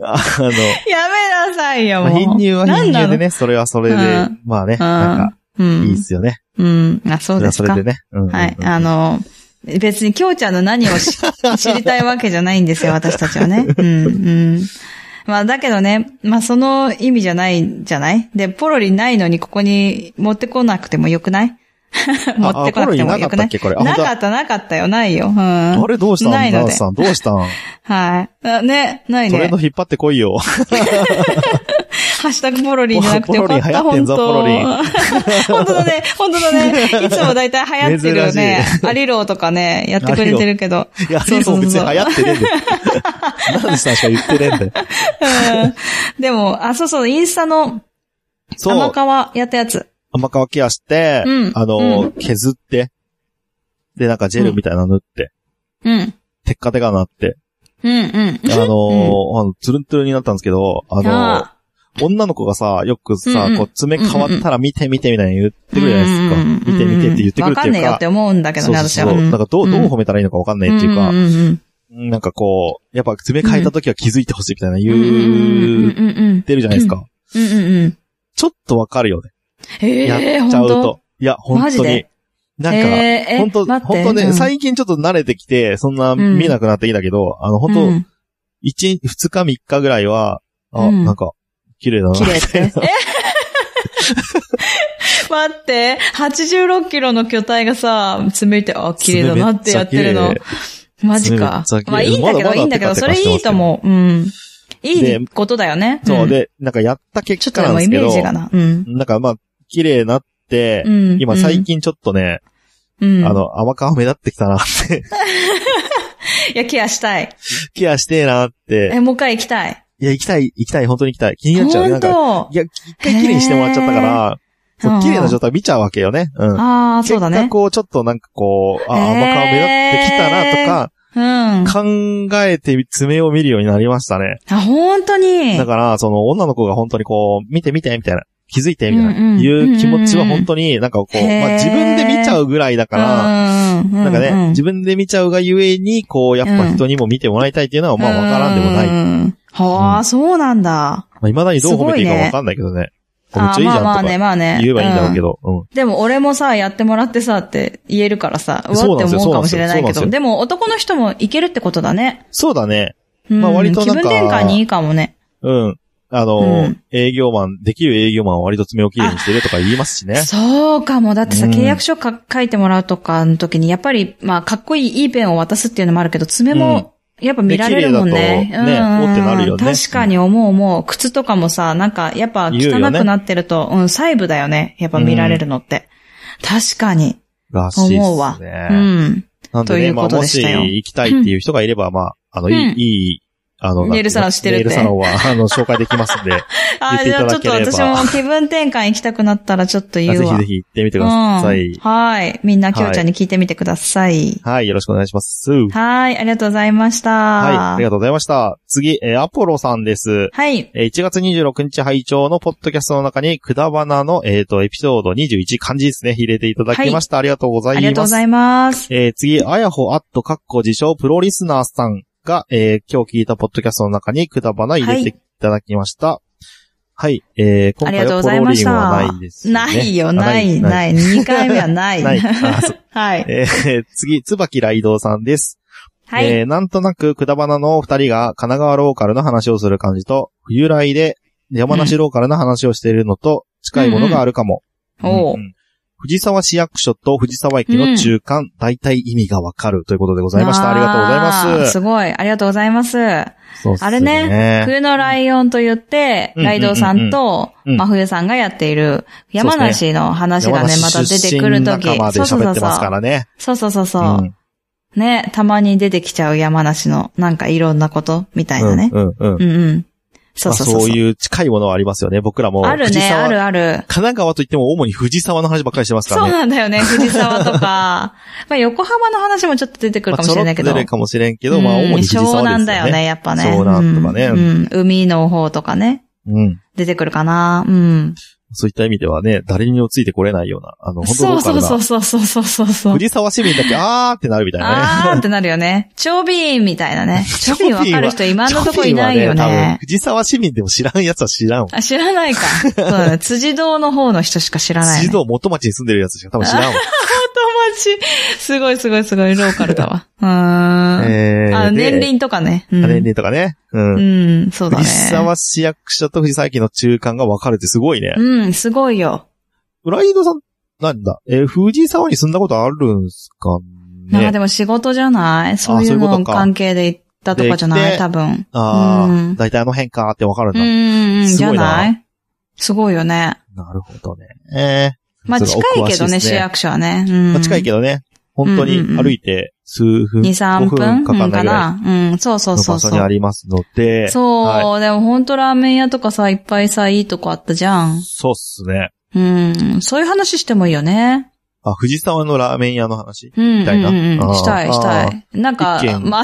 A: あの、
B: やめなさいよ、
A: まあ、
B: もう。
A: 貧乳は貧乳で
B: 何な
A: ね、それはそれで、
B: うん
A: まあね、
B: の。
A: なんか、
B: うん。
A: いいっすよね。
B: うん。あ、
A: そ
B: そう
A: れ
B: で
A: はそ
B: す
A: れ
B: か
A: で。ね。うんうんうん
B: はい。あの、別に京ちゃんの何
A: (laughs)
B: をし知りたいわけじゃないんですよ、私たちはね。うん、うん。まあ、だけどね、まあ、その意味じゃないんじゃないで、ポロリないのにここに持ってこなくてもよくない
A: (laughs)
B: 持
A: あ
B: ってこなくても
A: あポロリンなか
B: よ
A: った
B: く
A: っ
B: ない
A: けこれあ
B: な
A: 本当だ
B: かった、なかったよ、ないよ。うん。は
A: あれどうしたん
B: ないので
A: ナナさん、どうしたん
B: い。あね、ない
A: トレ
B: ね
A: ンド。引っ張ってこい
B: (laughs)
A: よ。
B: ハッシュタグポロリンじゃなくて
A: ポロ
B: よかっ
A: ポロリン流行ってん
B: た、本
A: ぞ
B: 当
A: ポロリン
B: (laughs) 本当だね、本当だ
A: (laughs)
B: ね。いつもだいたい流行ってるよね。アリローとかね、やってくれてるけど。
A: いや、あれも別に流行ってねえん
B: (laughs)
A: だよ。ナナさんしか言ってねえんだよ。
B: うんでも、あ、そうそう、インスタの
A: そ
B: 甘
A: う。
B: 皮やったやつ。
A: 甘皮ケアして、
B: うん
A: あ
B: う
A: の
B: ん、
A: 削って、で、なんかジェルみたいなの塗って、
B: うん。
A: テッカテカなって、
B: うんうん。
A: あのー、あのツルンツルンになったんですけど、あの
B: あ
A: ー、女の子がさ、よく
B: う
A: さ
B: んう、ん
A: こう、爪変わったら見て見てみたいに言ってくるじゃ
B: うん
A: ないですか。見て見てって言ってくる
B: わ
A: って
B: かんね
A: い
B: え
A: う
B: よ
A: か
B: って、思うんだけど
A: そう
B: ね、
A: そう
B: 私
A: そう。
B: は。
A: なん
B: ん
A: かどう、どう褒めたらいいのかわかんないっていうか
B: ん、んん
A: なんかこう、やっぱ爪変えた時は気づいてほしいみたいな
B: うんうんう
A: 言
B: んうん
A: ってるじゃないですか。
B: うんうんうん。
A: ちょっとわかるよね。
B: ええ、
A: やっちゃうと
B: 本当。。
A: いや、本
B: マ
A: 当
B: ジ
A: に
B: で。
A: なんか、
B: えーえ
A: 本当
B: 待っ
A: 本
B: て
A: 当
B: う
A: ね、
B: ん
A: 最近ちょっと慣れてきて、そんな見なくなってきたけど、あの、本
B: う
A: 当
B: ん
A: 一1、2日3日ぐらいは、あ、
B: うん
A: なんか、綺麗だな。
B: 綺麗って。
A: (laughs)
B: え (laughs) 待って、86キロの巨体がさ、爪いて、あ、綺麗だなってやってるの
A: 爪め。っちゃ
B: マジか
A: 爪めっちゃ綺。麗
B: まあいいんだけ
A: まだま
B: ど、
A: だ
B: いいんだけど、
A: テカ
B: そ
A: テカ
B: れいいと思う。うん。いいことだよね。
A: 綺麗そうう、
B: ん、
A: で、なんかやった
B: ちょ
A: 結
B: っ
A: 果
B: とで
A: なんで
B: もイ
A: すけ
B: メー
A: ど
B: ジ、がな。うん。
A: なんかまあ、綺麗になって
B: う、ん、
A: 今最、近ちょっとね、
B: うん、
A: あ、の、甘皮目立ってきたな (laughs) って、
B: いや、ケアしたい。
A: ケアしてえなって、
B: え、もう一回行きたい。
A: いや、行きたい、行きたい、本当に行きたい。気になっちゃうね。な
B: 本
A: んか、
B: 当
A: いや、一回綺麗にしてもらっちゃったから、
B: へー
A: そう綺麗な状態見ちゃうわけよね。うん。
B: ああ、そうだ
A: 結
B: ね
A: 果。こう、ちょっとなんかこう、あ、甘皮目立ってきたなと
B: うん。あ、
A: か、考えて爪を見るようになりましたね。
B: 本当に。
A: だから、その女の子が本当にこう、見て見て、みたいな。気づいて、みたいな。
B: うんうん
A: いう気持ちは本当になんかこう、
B: へー
A: まあ自分で見ちゃうぐらいだから、
B: うん、
A: なんか
B: う
A: ね、
B: う
A: 自分で見ちゃうがゆえに、こう、やっぱ人にも見てもらいたいっていうのは、まあわからんでもない。
B: うんはあ、そうなんだ。
A: まあ、未だにどう褒めていいかわかんないけどね。めっちゃいいじゃんとか。
B: あーまあまあねまあね
A: 言えばいいんだろうけど。うん。
B: でも俺もさ、やってもらってさって言えるからさ、うわ
A: そう
B: っ
A: な
B: て
A: んですよ
B: 思うかもしれない
A: そ
B: け
A: う
B: ど、
A: なんですよそうなんですよ
B: でも男の人もいけるってことだね。
A: そうだね。
B: うん、
A: まあ割となんか
B: 気分転換にいいかもね。
A: うん。あの、
B: うん
A: 営業マン、できる営業マンは割と爪をきれいにしてるとか言いますしね。
B: そうかも。だってさ、
A: うん
B: 契約書か書いてもらうとかの時に、やっぱり、まあ、かっこいい、いいペンを渡すっていうのもあるけど、爪も、やっぱ見られるもんね。
A: で綺麗だとね
B: うんうん
A: おってなるよね
B: 確かに思う思う。靴とかもさ、なんか、やっぱ
A: 言う
B: 汚
A: よね
B: くなってると、うん、細部だよね。やっぱ見られるのって。確かに。
A: らしい
B: 思う
A: で
B: わ
A: す
B: う
A: ね。
B: ん。
A: なんで
B: とい
A: ね、
B: う
A: まあ
B: こと
A: も
B: で
A: し
B: したよ
A: 行きたいっていう人がいれば、まあ、あの、いい
B: うん
A: いい、あの、なんていうの
B: ネイルサロンしてるっ
A: ネ
B: て
A: イルサロンは、あの、紹介できますんで、言っ
B: あ、
A: てい
B: じゃ
A: た
B: あちょ
A: だ
B: っ
A: ければ
B: と私も気分転換行きたくなったらちょっと
A: ぜ
B: (laughs) 言う
A: ひ
B: わ。
A: ぜひ行ってみてくださ
B: うん
A: い。
B: はい。みんな、きょうちゃんに聞いてみてください。
A: はい、よろしくお願いします。
B: はい。ありがとうございました。
A: はい、ありがとうございました。次、えーアポロさんです。
B: はい。
A: えー1月26日拝聴のポッドキャストの中に、くだばなの、えっ、と、エピソード21、漢字ですね、入れていただきました。ありがとうござ
B: ありが
A: い
B: と
A: ま
B: うご
A: す
B: ざ。います。
A: えー次、あやほあっとかっこ自称プロリスナーさんが、えー今日聞いたポッドキャストの中にくだばな入れていただきました。はい、えー今
B: あり
A: 回
B: がと
A: は
B: うご
A: ポ
B: ざい
A: ロ
B: ま
A: リ
B: し
A: ンは
B: た。
A: ないです、ね。
B: ないよ、
A: あ
B: ない、
A: い。
B: ない。二回目はない。
A: ない。あそう
B: (laughs) はい。
A: えー次、つばきらいどうさんです。
B: はい。
A: えーなんとなく、くだばなのお二人が神奈川ローカルの話をする感じと、冬来で山梨ローカルの話をしているのと近いものがあるかも。
B: おう
A: うんうん藤沢市役所と藤沢駅の中間、大体意味がわかるということでございました。ありがとうございま
B: あー
A: す。
B: すごい。ありがとうございます。
A: そうっす
B: あれ
A: ね。
B: 冬のライオンと言って、
A: うん
B: ライドウさんと
A: うんうんうんうん
B: 真冬さんがやっている山梨の話が
A: 山
B: ね、
A: 梨
B: また出てくるとき。
A: 出身仲間で
B: そうそう
A: 喋
B: そ
A: っ
B: う
A: てますか
B: そ
A: らね。
B: う。そうそう
A: う
B: そう。
A: ん
B: ね、たまに出てきちゃう山梨の、なんかいろんなことみたいなね。
A: うんうんうん
B: うんうん。そう
A: まあ
B: そうそう
A: そう
B: そう。
A: いう近いものはありますよね。僕らも。
B: ある
A: 藤
B: ね、
A: 沢
B: あるある。
A: 神奈川といっても主に藤沢の話ばっかりしてますか
B: そ
A: ら
B: う
A: ね。
B: なんだ
A: (laughs)
B: よね、藤沢とか。まあ、横浜の話もちょっと出てくる
A: ま
B: か
A: あ
B: もし
A: ちょ
B: れ
A: ろ
B: な
A: っ
B: いけ
A: と
B: ど。
A: 出るかもしれんけど、まあ
B: うん
A: 主に藤
B: 湘
A: 沢で
B: 南
A: す
B: だ
A: よ
B: よね、
A: ね。
B: やっぱね。
A: 湘南とかね
B: うん。うん海の方とかね。
A: うん。
B: 出てくるかな。うん。
A: そういった意味ではね、誰にもついてこれないような、あの、本当
B: そうそうそ
A: ローカル
B: うそうそうそうそう
A: な藤沢市民だけ、あーってなるみたいなね。
B: あーってなるよね。チョビーンみたいな
A: (laughs)
B: ね。チョビーンわかる人今のとこいないよ
A: ジョビーは多分
B: ね。
A: 藤沢市民でも知らんやつは知らんわ。
B: あ、知らないか。そう
A: (laughs)
B: だね。辻堂の方の人しか知らない、ね。
A: 辻堂元町に住んでるやつしか多分知らんわ。
B: 友達。 (laughs) すごいすごいすごい、ローカルだ
A: (laughs)
B: わ。うーん。
A: えー
B: あ、
A: で
B: 年輪とかね。うん
A: あ年齢とかね。うん。
B: うん、そうだね
A: 藤。沢市役所と藤沢駅の中間が分かるってすごいね。
B: うん、すごいよ。
A: ライドさん、なんだ、えー藤沢に住んだことあるんすか
B: なんか
A: ね
B: でも仕事じゃないそういう
A: そういうこと
B: の
A: か
B: 関係で行ったとかじゃ
A: で
B: な
A: 行っ
B: い
A: て
B: 多分。
A: あ
B: う
A: あ、
B: ん
A: だいたいあの辺かって分かるん
B: う
A: だ。
B: んうんうん、
A: す
B: じゃ
A: ごいな
B: ないすごいよね。
A: なるほどね。えー
B: まあ
A: そ
B: 近
A: れはお
B: い
A: 詳し
B: けど
A: で
B: ね、
A: す
B: 市役所はね。うん
A: まあ近いけどね。本当に
B: うんうんうん
A: 歩いて数分、
B: 2、
A: 5
B: 3
A: 分
B: 分
A: かかんない
B: か
A: ぐらい
B: な。うん、そうそう
A: の
B: そ
A: 場
B: うそ
A: 所にあ
B: う。
A: りますので。はい
B: そう、でもほんとラーメン屋とかさ、いっぱいさ、いいとこあったじゃん。
A: そうっすね。
B: うん、そういう話してもいいよね。
A: あ、藤沢のラーメン屋の話。
B: うん、うん、
A: たいな
B: うん。した
A: あー
B: い、したい。なんか
A: 一、軒
B: まあ、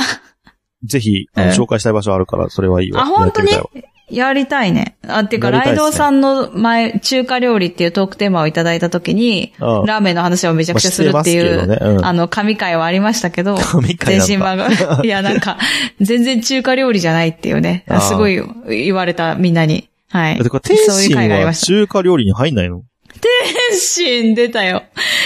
A: ぜひ、あの
B: ええ
A: 紹介したい場所あるから、それはいいわ。
B: あ本当に
A: やってみたいわ
B: やりたいね。あ、っていうか、
A: やりたい
B: ラ
A: っすね
B: イドウさんの前、中華料理っていうトークテーマをいただいたときに、
A: うん
B: ラーメンの話をめちゃくちゃするっていう、
A: まあ知ってますけどねうん
B: (laughs) あの、神会はありましたけど、
A: 神回
B: 全
A: なん
B: 身
A: だ。
B: 版
A: (laughs)
B: が、いや、なんか、全然中華料理じゃないっていうね
A: あー、
B: すごい言われた、みんなに。はい。
A: だってこれ、
B: そう
A: 天
B: いう
A: 津
B: 会があり
A: は
B: ました。
A: 中華料理に入んないの
B: 天津出たよ。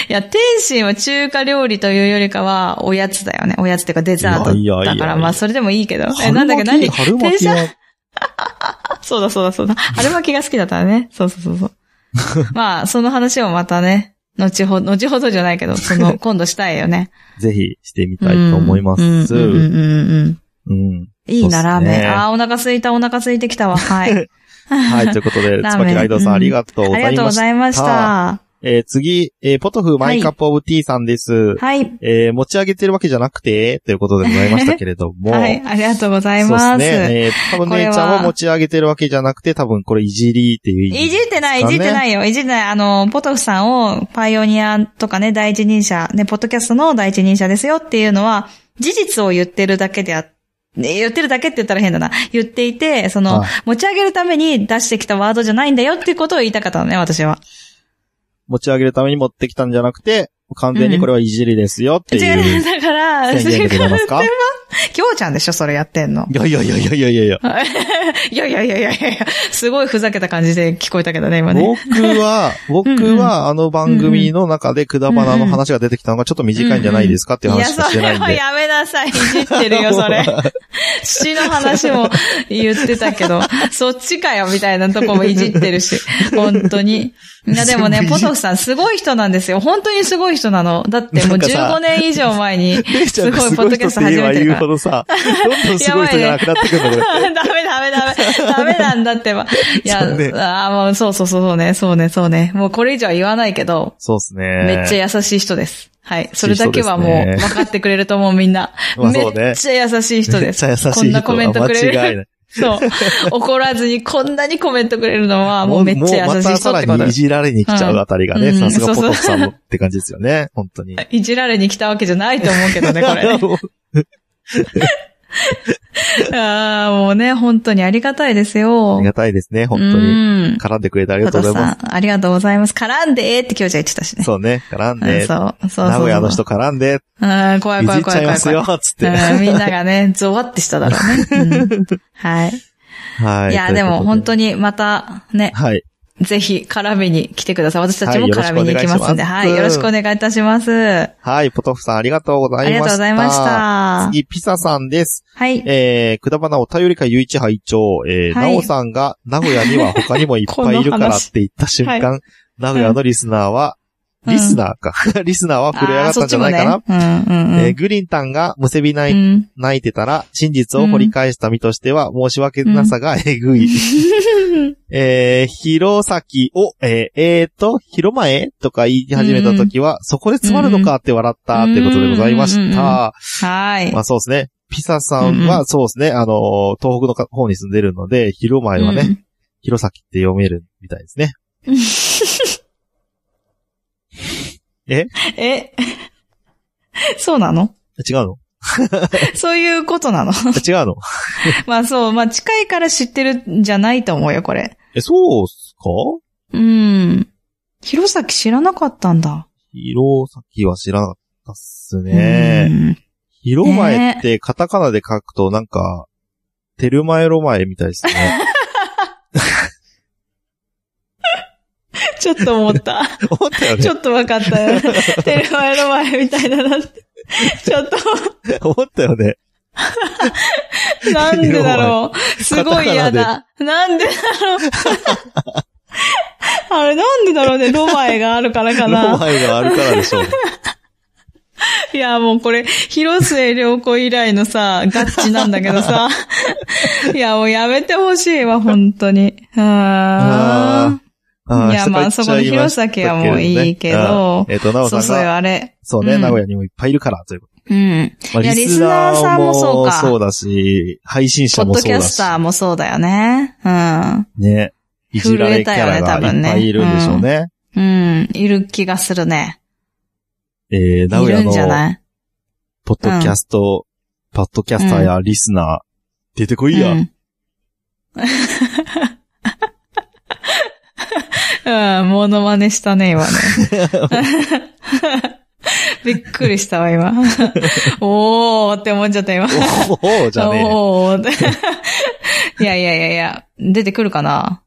B: いや、天津は中華料理というよりかは、おやつだよね。おやつっていうかデザー
A: いやいや
B: トだ
A: い
B: か
A: や
B: ら、まあ、それでもいいけど。え、
A: 春
B: なんだっけ、
A: 巻
B: 何
A: き春巻きは、
B: そうだそうだそうだ。春巻きが好きだったらね。そうそう
A: (laughs)
B: そうそう。まあ、その話をまたね、後ほど、後ほどじゃないけど、
A: (laughs)
B: その、今度したいよね。
A: ぜひしてみたいと思いま
B: うん
A: す。
B: うんうんうんうん
A: うん。
B: いい
A: そうっ
B: な、
A: すね
B: ラーメン。ああ、お腹空いた、お腹空いてきた
A: (laughs)
B: わ。はい。
A: はい、ということで、
B: ラ
A: つ
B: ーメ
A: ば
B: ン
A: きライドさんありがとうご
B: あり
A: ざ
B: が
A: い
B: とうご
A: まし。
B: ざいましたた。
A: えー次、えーポトフマイカップオブティーさんです。
B: はい。
A: えー持ち上げてるわけじゃなくて、ということでございましたけれども。
B: はい、ありがとうござい
A: そう
B: ま。
A: ですね。えー、多分
B: これ
A: 姉
B: は
A: ちゃんは持ち上げてるわけじゃなくて、多分これいじりっていう意味。
B: いじってない、
A: です
B: い
A: かね
B: じってないよ。いじってない。あの、ポトフさんをパイオニアとかね、第一人者、ね、ポッドキャストの第一人者ですよっていうのは、事実を言ってるだけであ、ね言ってるだけって言ったら変だな。言っていて、その
A: はい、
B: 持ち上げるために出してきたワードじゃないんだよっていうことを言いたかったのね、私は。
A: 持ち上げるために持ってきたんじゃなくて、完全にこれはいじりですよって
B: 違
A: いう
B: う、だから、 (laughs)
A: 宣言でございますか
B: それはきょうちゃんでしょそれやってんの。
A: いやいやいやいやいやいやいや。
B: いやいやいやいやいやいやすごいふざけた感じで聞こえたけどね、今ね。
A: 僕
B: (laughs)
A: は、僕はあの番組の中でくだばなの話が出てきたのがちょっと短いんじゃないですかっていう
B: いや、
A: 話しかし
B: そ
A: てな
B: れ
A: いん
B: は
A: で。
B: やめなさい。いじってるよ、それ。詩の話も言って
A: (laughs)
B: たけど、そっちかよ、みたいなとこもいじってるし、本当に。いや、で
A: 全部い
B: もね、
A: じ
B: ポトフさんすごい人なんですよ。本当にすごい人なの。だっても
A: なん
B: う
A: かさ
B: 15年以上前に、
A: レイちゃ
B: す
A: んって
B: ごい
A: す
B: ポ
A: ご
B: ッ
A: い
B: ド
A: 人
B: キャ
A: っ
B: スト
A: て言
B: 始
A: えば
B: めて
A: 言う
B: から
A: ほ。どさ、どんどんすごい人じゃなくなってくるんだこれ。
B: (laughs) ダメダメダメ。ダメなんだってば。いや、
A: そうね
B: あーもうそうそうそうそうね、そうね、そうね。もうこれ以上は言わないけど、
A: そうですね。
B: めっち
A: ゃ
B: ゃ優しい人です。はい。それだけはもう
A: 優しい人ですね
B: 分かってくれると思うみんな
A: (laughs) 。まあそうね
B: めっちゃ優しい人
A: め
B: で
A: っ
B: す。
A: ちゃ優しい人。
B: こんなコメントくれ
A: 間違い
B: る。
A: ない。
B: (laughs) そう。怒らずにこんなにコメントくれるのはもうめっちゃ
A: もう
B: 優
A: ま
B: しい
A: た
B: 人
A: さ
B: って
A: ら
B: こ
A: に
B: とで
A: い
B: す。
A: じられに来ちゃうあたりがね、
B: う
A: さ
B: ん
A: すが
B: そう
A: ポ
B: そ
A: ト
B: う
A: フさんのって感じですよね。本当に。
B: いじられに来たわけじゃないと思うけど
A: (laughs)
B: ね、これ。
A: もう
B: ああ、もうね、本当にありがたいですよ。
A: ありがたいですね、本当に。
B: に
A: 絡んでくれてありがとうございます。
B: す。ありがとうございます。絡んでーって今日じゃ言ってたしね。
A: そうね、絡ん
B: うん
A: で
B: そ、う。そうそう。
A: 名古屋の人。絡んで、
B: うん、怖
A: い
B: い怖
A: じ
B: い
A: っち
B: 怖
A: ゃ
B: い
A: い
B: 怖
A: ま
B: い
A: す
B: 怖い。
A: よ、つって。
B: うん、みんながね、ゾワってしただろうね。
A: (laughs)
B: うんはい。
A: はい。
B: いや、でも本当
A: に。
B: にまたね、
A: はい。
B: ぜひ絡みに来てください。私たち
A: は
B: も
A: いよろし
B: 絡
A: く
B: み
A: お願い
B: に行きますんで、
A: します
B: はい。よろしくお願いいたします。あ
A: はい、ポトフさんありがとうございました。
B: りがとうございました。
A: 次、ピサさんです。
B: はい。
A: えー、くだばなお便り会ゆいち拝聴えー、
B: は
A: ないおさんが名古屋には他にもいっぱいいるからって言った瞬
B: (laughs) この
A: 間、名古屋のリスナーは、
B: うん
A: リスナーか。 (laughs) リスナーは震え上がったんじゃないか
B: あーそ
A: な
B: っ。ちもねうんうん
A: え
B: う
A: ー
B: ん。
A: グリンタンがむせび泣
B: う
A: い
B: ん
A: 泣いてたら、真実を掘り返した身としては申し訳なさがえ
B: (laughs)
A: ぐい。えー、ひろさきを、えー、えーと、ひろまえとか言い始めた時は、そこで詰まるのかって笑ったってことでございました。
B: はい
A: ま。あそうですね。ピサさん
B: うんう
A: はそうですね、あのー、東北のか方に住んでるので、ひろまえはね、ひろさきって読めるみたいですね。
B: うん。
A: え
B: え (laughs) そうなの
A: 違
B: (laughs)
A: うの
B: そういうことなの (laughs)
A: 違うの
B: まあそう、まあ近いから知ってるんじゃないと思うよ、これ。
A: え、そうっすか
B: うん。弘前知らなかったんだ。
A: ひろさきは知らなかったっすね。
B: うん (laughs)
A: ひろまえってカタカナで書くとなんか、テルマエロマエみたいです
B: (laughs)
A: ね。
B: ちょっと思った。
A: 思ったよ
B: ち
A: ね
B: ょっとわかった
A: (laughs)
B: よ。テレマエロマエみたいだなって。ちょっと、
A: 思ったよね。
B: なんでだろう。すごい嫌だ。なんでだろう。 (laughs) あれ、なんでだろうね。ロマエがあるからか
A: ロ
B: な。
A: マエがあるからでしょうね。
B: いや、もうこれ、広末涼子以来のさ、ガッチなんだけど
A: (laughs)
B: さ。いや、もうやめてほしいわ、本当に。うーん
A: あ。ー
B: いやまあそこの弘前はもういいけ
A: 下
B: ど。
A: 手言っちゃいましたけどねあーえっと、なおさ
B: そうんそうよ、
A: が、
B: あれ。
A: そうね、
B: うん
A: 名古屋にもいっぱいいるから、というこ
B: うん。
A: と。まあ
B: いやリスナーさんもそうか
A: そうだし、配信
B: ポ
A: 者
B: ッ
A: も
B: ド
A: そう
B: キャ
A: だ
B: ス
A: し。
B: ターもそうだよね。うん。
A: ね。いじられキャラがいっぱいいるんでしょうね。
B: うん。いる気がするね。
A: えー、名
B: い
A: 古屋
B: るんじゃ
A: の、
B: ない
A: ポッドキャスト、ポッドキャスターやリスナー、出てこいや
B: う。ん (laughs) うん、モノマネしたね、今ね。 (laughs) びっくりしたわ、今。 (laughs) おーって思っちゃった、今。
A: おおじゃねえよ。
B: おーって。い (laughs) やいやいやいや、出てくるかな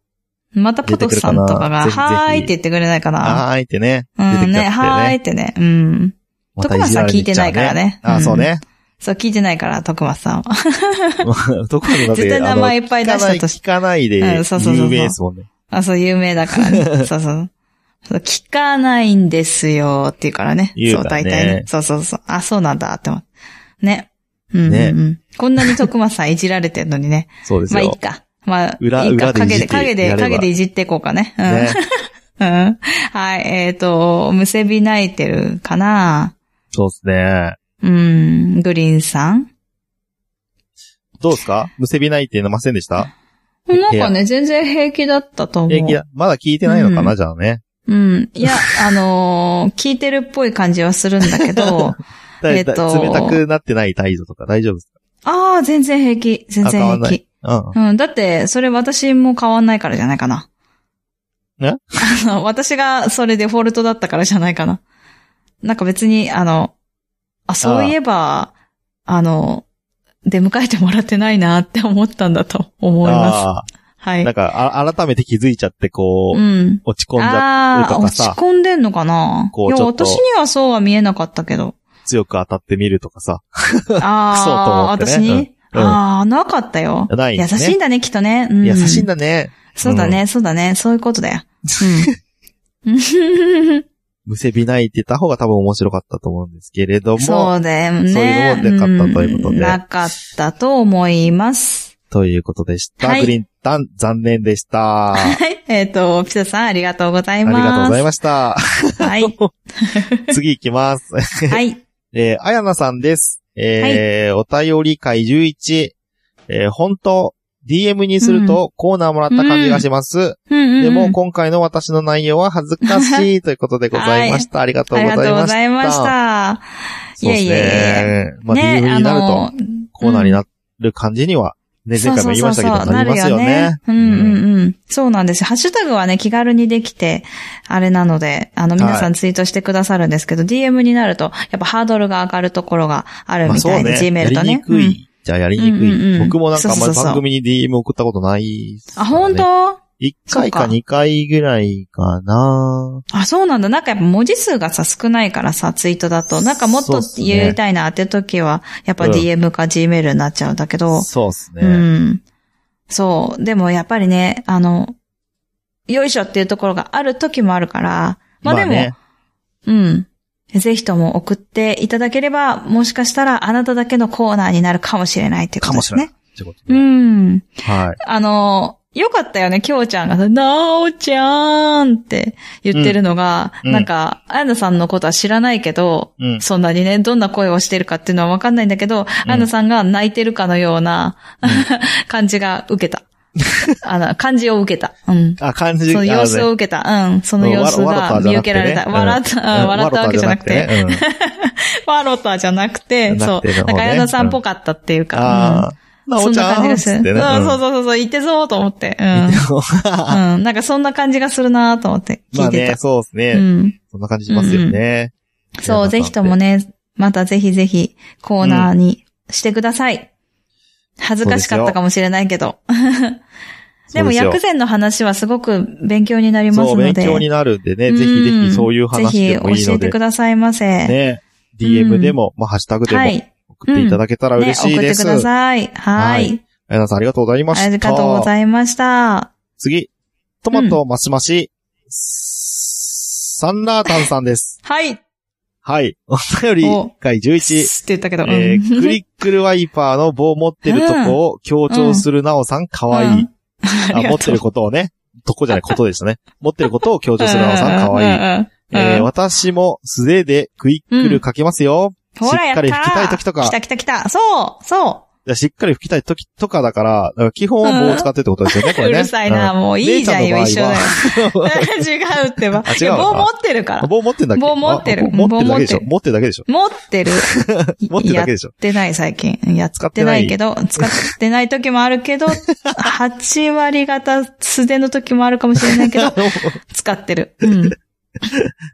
B: またポトフさんとかが、
A: 出てくるかなぜひぜひ
B: はーいって言ってくれないかな。
A: はーいってね。
B: う
A: 出て
B: ん、
A: きちゃって
B: ね、はーい
A: ね。
B: ってね。うん。
A: またじられに来ちゃう
B: 徳間さん聞いてないからね
A: あー、そうね。
B: そう、聞いてないから、徳松さんは。
A: (laughs) どこにだって
B: 絶対名前いっぱい出したとし
A: 聞かない聞かない
B: うん
A: で、
B: そうそうそうそう
A: 有名ですもんね。
B: あ、そう、有名だからね。
A: (laughs)
B: そうそう。そう聞かないんですよって言うからね。
A: 言
B: そうう、
A: からね
B: 大体ね。そうそうそう。あ、そうなんだって思う。ね。うん、
A: ね
B: うんうん。こんなに徳松さんいじられてんのにね。
A: そうです
B: まあ、いい
A: よ。
B: か。まあ、
A: 裏
B: いいか
A: 裏でいじって
B: 影で、
A: やれ
B: 影で、
A: ば
B: 影でいじっていこうかね。うん。
A: ね。
B: うん。はい、えっ、と、むせび泣いてるかな
A: そうですね。
B: うん、グリーンさん
A: どうですかむせびないっていうのませんでした
B: なんかね、全然平気だったと思う。
A: 平気だ。まだ聞いてないのか
B: う
A: なじゃあね。
B: うん。いや、あのー聞いてるっぽい感じはするんだ
A: (laughs)
B: けど、
A: だ
B: えっ
A: だ
B: と
A: 冷たくなってない態度とか大丈夫です
B: ああ、全然平気。全
A: あ
B: 然
A: 変わん
B: 平
A: ない
B: 気。
A: かうん。
B: うん。だって、それ私も変わんないからじゃないかな。
A: え
B: あの、私がそれデフォルトだったからじゃないかな。なんか別に、あの、あ、そういえば、あの、出迎えてもらってないなって思ったんだと思います。
A: あ
B: は
A: あ、
B: い
A: なん。か、あ、改めて気づいちゃって、こう、
B: うん。
A: 落ち込んじゃ
B: あ
A: う
B: あー、
A: とか
B: 落ち
A: さ、
B: 込んでんのかな
A: こ
B: いうや、
A: ちょっと
B: 私にはそうは見えなかったけ
A: (laughs)
B: ど。
A: 強く当たってみるとかさ。
B: ああ、
A: クソ
B: 私
A: と思ってねうんう
B: に、
A: ん
B: ああ、なかったよ。
A: ないん
B: 優
A: ですね
B: しいんだね、きっとね。うん、
A: 優しいんだね。
B: そうだね、そうだね、そういうことだよ。
A: (laughs)
B: うん。
A: むせび泣いてた方が多分面白かったと思うんですけれども、
B: そうだよね。
A: そういうところで勝ったということで
B: んなかったと思います。
A: ということでした。
B: はい
A: グリーンタン、残念でした。あ
B: はい。えっ、と、ピザさんありがとうござい
A: り
B: ます。
A: がとうござい
B: ま
A: ました。(laughs)
B: す。はい。
A: 次行きます。
B: はい。
A: えー、あやなさんです。えーお便り会11。えー本当 DM にするとコーナーもらった感じがします。
B: うんうんうん、
A: でも、今回の私の内容は恥ずかしいということでございました。ありがとう
B: あ
A: ご
B: り
A: ざい
B: が
A: ました。
B: とうございました。
A: そうです
B: いやいやい
A: ね。まあ、
B: ね
A: DM になると
B: あの、
A: コーナーになる感じには、ね、前回も言いましたけど、なりますよね。
B: そうそうそうなるよねうんうんうん。そうなんですよ。ハッシュタグはね、気軽にできて、あれなので、あの、皆さんツイートしてくださるんですけど、DM になると、やっぱハードルが上がるところがある
A: まあ
B: み
A: そ
B: た
A: う
B: いで、
A: ね。や
B: Gmail と
A: りに
B: ね。
A: く
B: うん
A: い。じゃあやりにく
B: うんうん
A: い。
B: うん
A: 僕もなんかあんま
B: そう
A: り
B: そうそう
A: 番組に DM 送ったことないっすね。
B: あ、本当
A: ?1 回
B: そう
A: か
B: か
A: 2回ぐらいかな
B: あ、そうなんだ。なんかやっぱ文字数がさ、少ないからさ、ツイートだと。なんかもっ
A: そう
B: と
A: っすね
B: 言いたいなって時は、やっぱ DM か Gmail になっちゃうんだけど。
A: そうです
B: う
A: ね。
B: ん。そう。でもやっぱりね、あの、よいしょっていうところがある時もあるから、まあでも、
A: ね
B: うん。ぜひとも送っていただければ、もしかしたらあなただけのコーナーになるかもしれないっていう
A: か
B: ことで
A: もし
B: す
A: れない
B: ね。。
A: ってことね
B: うん。
A: はい。
B: あの、よかったよね、きょうちゃんがさ、なおちゃーんって言ってるのが、
A: うん
B: なんか、あやなさんのことは知らないけど、
A: うん。
B: そんなにね、どんな声をしてるかっていうのはわかんないんだけど、
A: うん
B: アンナさんが泣いてるかのような、 (laughs) 感じが受けた。あの、感じを受けた。うん。
A: あ、感じ
B: その
A: あ
B: 様
A: の
B: 子
A: ね
B: を受けた。うん。その様子
A: わわろ
B: が
A: たじゃ
B: 見
A: な
B: 受
A: くて
B: け
A: ね
B: られた。
A: うん
B: 笑った、
A: うん
B: 笑ったわけじゃなくて、
A: わろたじゃなくてね
B: ワロタ
A: な
B: じゃなくて、そ
A: く
B: う。
A: ての方
B: なん
A: ね
B: かアヤナさんっぽかったっていう
A: うん
B: か
A: あ。ー、
B: うん
A: な
B: そ
A: お
B: ん
A: ち
B: な
A: ゃん
B: 感じ
A: っ
B: がす
A: つ
B: る。
A: っ
B: うん
A: てね。
B: そうそうそうそう、言ってそうと思って。うん。うん。なんかそんな感じがするなと思って
A: ま
B: 聞
A: あ
B: いて
A: ね、
B: た。
A: そうです
B: う
A: ね。
B: ん。
A: そんな感じしますよね。
B: そう、ぜひとも
A: ね。
B: ね、またぜひぜひコーナーにしてください。恥ずかしかったかもしれないけど。でも
A: そう
B: 薬
A: すよ
B: 膳の話はすごく勉強になります
A: そう、
B: ので。
A: 勉強になるんでね、
B: うん
A: ぜひぜひそういう話でもいい
B: ぜひ教
A: の
B: えて
A: で
B: く、ださいませ。
A: ね、
B: うん
A: DM でも、まあ、ハッシュタグでも
B: はい。ね、
A: 送っていただけたら
B: 送
A: 嬉しいで
B: ってく
A: す。
B: ださい。は。
A: はいあやなさんありがとうございました。
B: ありがとうございました。
A: 次、トマトマシマシ、サンラータンさんです。
B: はい。
A: はい。お便
B: お
A: り、回11。
B: って言ったけど。
A: えークリックルワイパーの棒持ってるとこを強調するなおさん、かわいい。あ、持ってることをね。とこじゃない、ことでしたね。持ってることを強調するなおさん、かわいい。
B: い
A: えー私も素手でクイックルかけますよ。
B: ほら、
A: しっ
B: やった
A: かり拭きたい時とか
B: 来た来た来た。そうそ
A: じゃあしっかり拭きたい時とかだから、だから基本は棒を使ってってことですよね、こ
B: う
A: れ
B: (laughs) う
A: ね。
B: るさいな、
A: ん
B: もういいじゃんよ、
A: 姉
B: 一
A: ち
B: 緒
A: ゃんの
B: だ
A: 場合
B: よ。
A: は
B: (laughs)
A: (laughs)
B: 違うってば。
A: あ違うのか
B: いや棒持ってるから。
A: 棒持ってんだっけ
B: 棒持ってる
A: あ棒持ってるだけでしょ。
B: 棒
A: 持ってるだけでしょ。。
B: 持って
A: (laughs)
B: る
A: 持ってるだけでしょ
B: やってない、最近。やってないけど、使ってない時もあ
A: (laughs)
B: るけど、8割型素手の時もあるかもしれない
A: (laughs)
B: けど、使ってる。うん。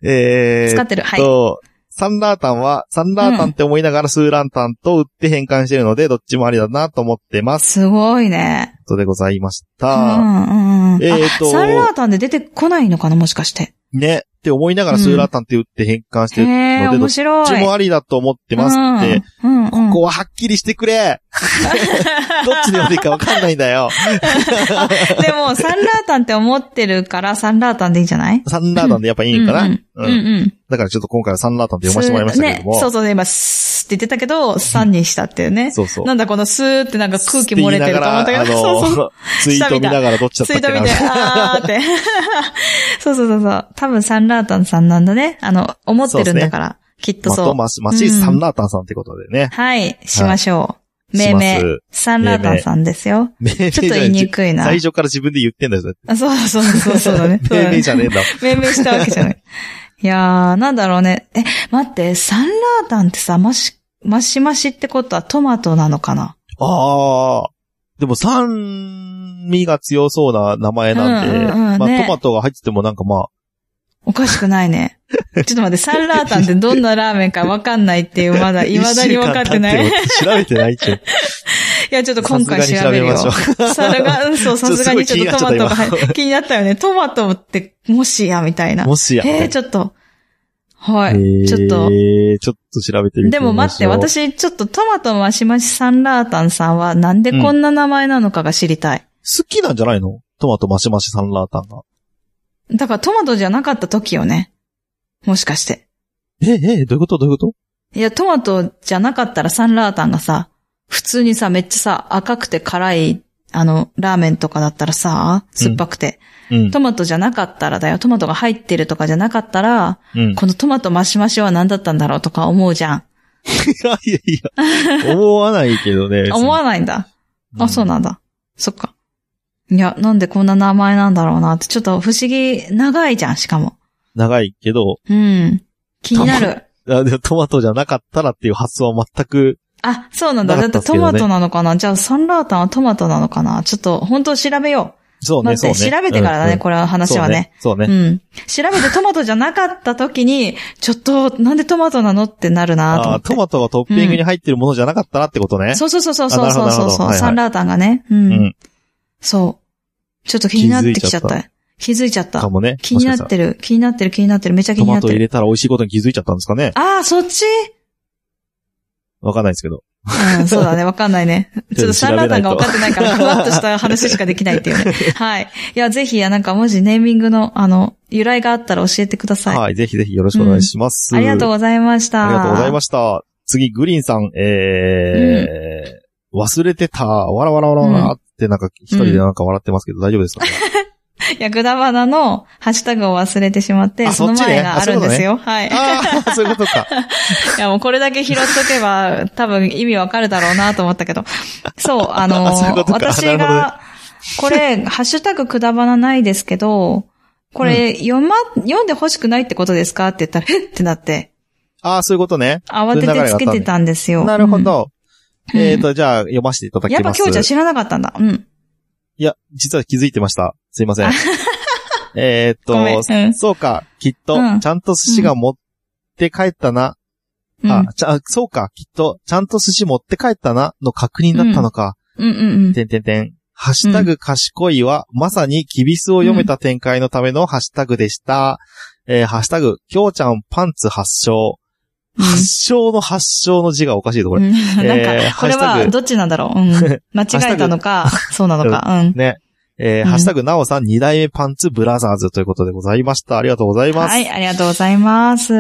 A: えー、
B: 使ってる。はい。
A: と、サンラータンは、サンラータンって思いながらスーランタンと打って変換してるので、どっちもありだなと思ってます。
B: すごいね。
A: ということでございまし
B: う
A: た。
B: んうんうん。
A: えー
B: あ、
A: と
B: サンラータンで出てこないのかな、もしかして。
A: ね。って思いながらスーラータンって打って変換して
B: へ
A: るので、ど
B: え、面
A: っち
B: 白い。
A: もありだと思ってますって、
B: うんうんうん
A: ここははっきりしてくれ
B: (laughs)
A: どっちで読んでいいかわかんないんだよ。
B: あで
A: (laughs)
B: も、サンラータンって思ってるから、サンラータンでいいんじゃない
A: サンラータンでやっぱいいんかな、
B: うんうん。うんうん
A: だからちょっと今回はサンラータンで読ませてもらいましたけれども。
B: ね、そうそうね、今、スーって言ってたけど、3にしたっていうね。
A: そうそう
B: なんだこのスーってなんか空気漏れてると思ったけど、
A: って言いながら
B: そう
A: あ
B: そう。
A: の、ツイート見ながらどっちだっ
B: ツ
A: た
B: イ
A: っ
B: ー
A: け
B: ト見
A: な (laughs)
B: て、あーって。そうそうそうそう。多分サンラータンさんなんだね。あの、思ってるんだから。きっと
A: ま
B: そ
A: と
B: う。
A: まし、まし、
B: うん
A: サンラータンさんってことでね。
B: はい、しましょう。
A: はい
B: 命名
A: します。
B: サンラータンさんですよ。
A: 命名じ
B: ちょっと
A: ゃ
B: 言いに
A: ね
B: くいな。
A: 最初から自分で言ってんだよ、だって
B: あそうそうそうそうだね。そう
A: (laughs)
B: だ
A: 命
B: ね
A: 名じゃねえんだ。
B: 命名したわけじゃない。いやー、なんだろうね。え、待って、サンラータンってさ、マシ、マシマシってことはトマトなのかな
A: ああ。でも酸味が強そうな名前なんで、
B: うんうんうん
A: まあ
B: ね
A: トマトが入っててもなんかまあ、
B: おかしくないね。 (laughs) ちょっと待って、サンラータンってどんなラーメンかわかんないっていう、まだ、未だにわかってない。
A: 一週間経
B: い
A: っても調べてないっちゅう。
B: や、ちょっと今回調べるよ。
A: さす
B: サラが、うんそう、さすがにちょっとトマトが
A: ちょっとすごい気になっちゃった
B: 入気になったよね。トマトって、もしや、みたいな。
A: (laughs) もしや。
B: へえ、ちょっと。は
A: え
B: い。
A: ー
B: ちょっと。
A: ちょっと調べてみて
B: でも待って、
A: みましょう。
B: 私、ちょっとトマトマシマシサンラータンさんはなんでこんな名前なのかが知りたい。
A: 好きなんじゃないのトマトマシマシサンラータンが。
B: だからトマトじゃなかった時よね。もしかして。
A: え、え、どういうことどういうこと
B: いや、トマトじゃなかったらサンラータンがさ、普通にさ、めっちゃさ、赤くて辛い、あの、ラーメンとかだったらさ、酸っぱくて。
A: うん。
B: トマトじゃなかったらだよ。トマトが入ってるとかじゃなかったら、
A: うん。
B: このトマトマシマシは何だったんだろうとか思うじゃん。
A: (laughs) いやいやいや、思わないけどね。
B: (laughs) 思
A: な
B: わ
A: い。
B: ないんだ。あ、そうなんだ。そっか。いや、なんでこんな名前なんだろうなって、ちょっと不思議、長いじゃん、しかも。
A: 長いけど、
B: うん。気にな
A: トマ
B: る。
A: あでもトマトじゃなかったらっていう発想は全く、
B: あ、そうなんだ。
A: なか
B: だっ
A: った
B: て
A: っすけ
B: ト
A: どね
B: マトなのかなじゃあサンラータンはトマトなのかなちょっと、本当調べよ。
A: そううね、
B: 待
A: そう
B: っ
A: ね。
B: て、調べてからだね、
A: うん
B: これは話はね。。
A: そう
B: う
A: ね。
B: ん。調べてトマトじゃなかった時に、ちょっと、なんでトマトなのってなるなと
A: あ
B: 思っ
A: あ、
B: て。
A: トマトがトッピングに入ってるものじゃなかったらってことね。
B: そうそうそうそうそ
A: あ
B: う
A: なるほ
B: そ
A: どな
B: う
A: る
B: そ
A: ほど
B: う
A: はいはい
B: サンラータンがね。う。
A: うんん。
B: そう。ちょっと気になってきちゃっ
A: 気づ
B: た。気づいちゃった
A: か。もね。
B: 気になってる、気になってる、気になってる、めちゃ
A: ト
B: 気にな
A: マ
B: って
A: ト入
B: る。
A: れたら美味しいことに気づいちゃったんですかね
B: ああ、そっち
A: わかんないですけど。 (laughs)
B: うん、そうだね、わかんないね。ちょっとサンラータンが分かってないから、ふわっとした話しかできないっていう
A: (laughs)
B: ね。はい。いや、ぜひ、いやなんかもしネーミングの、あの、由来があったら教えてください。
A: はい。ぜひぜひよろしくお願いします。
B: ありがとうございました。
A: ありがとうございました。次、グリーンさん、えー、忘れてた、わらわらわらわらってなんか一人でなんか笑ってますけど大丈夫ですかね
B: (laughs) 役田花のハッシュタグを忘れてしまって、
A: あ
B: その
A: そっちね
B: 前があるんですよ。はい。
A: ああ、そういうことか。
B: いや、もうこれだけ拾っとけば、多分意味わかるだろうなと思ったけど。そう、あの
A: (laughs) あそういうことか
B: 私
A: なるほどね
B: が、これ、ハッシュタグくだばなないですけど、これ、読ま、読んで欲しくないってことですかって言ったら、 (laughs) えっってなって、
A: ああ、そういうことね。
B: 慌ててつけてたんですよ。
A: なるほど。
B: うん
A: えっと、じゃあ、読ませていただ
B: うん。
A: き
B: やっぱ
A: ます。
B: 今日じゃ知らなかったんだ。うん。
A: いや、実は気づいてました。すいません。えーっ
B: ごめん。
A: と、
B: うん。
A: そうか、きっと、
B: うん
A: ちゃんと寿司が持って帰ったな。
B: うん
A: あ、ちゃ、そうか、きっと、ちゃんと寿司持って帰ったな、の確認だったのか。
B: うんうんうん。
A: てんてんてん。ハッシュタグ賢いは、まさにキビスを読めた展開のためのハッシュタグでした。えーハッシュタグ、きょうちゃんパンツ発祥。
B: うん
A: 発祥の発祥の字がおかしいとこ
B: う
A: れ。
B: ん (laughs) なん
A: えー
B: か、こ
A: ハ
B: れ
A: ッシュタ
B: は、
A: グ
B: どっちなんだろう。うん。
A: (laughs)
B: 間違えたのか、そうなのか。うん。
A: ね。えー
B: うん
A: ハッシュタグ、なおさん二代目パンツブラザーズということでございました。ありがとうございます。
B: はい、ありがとうございます。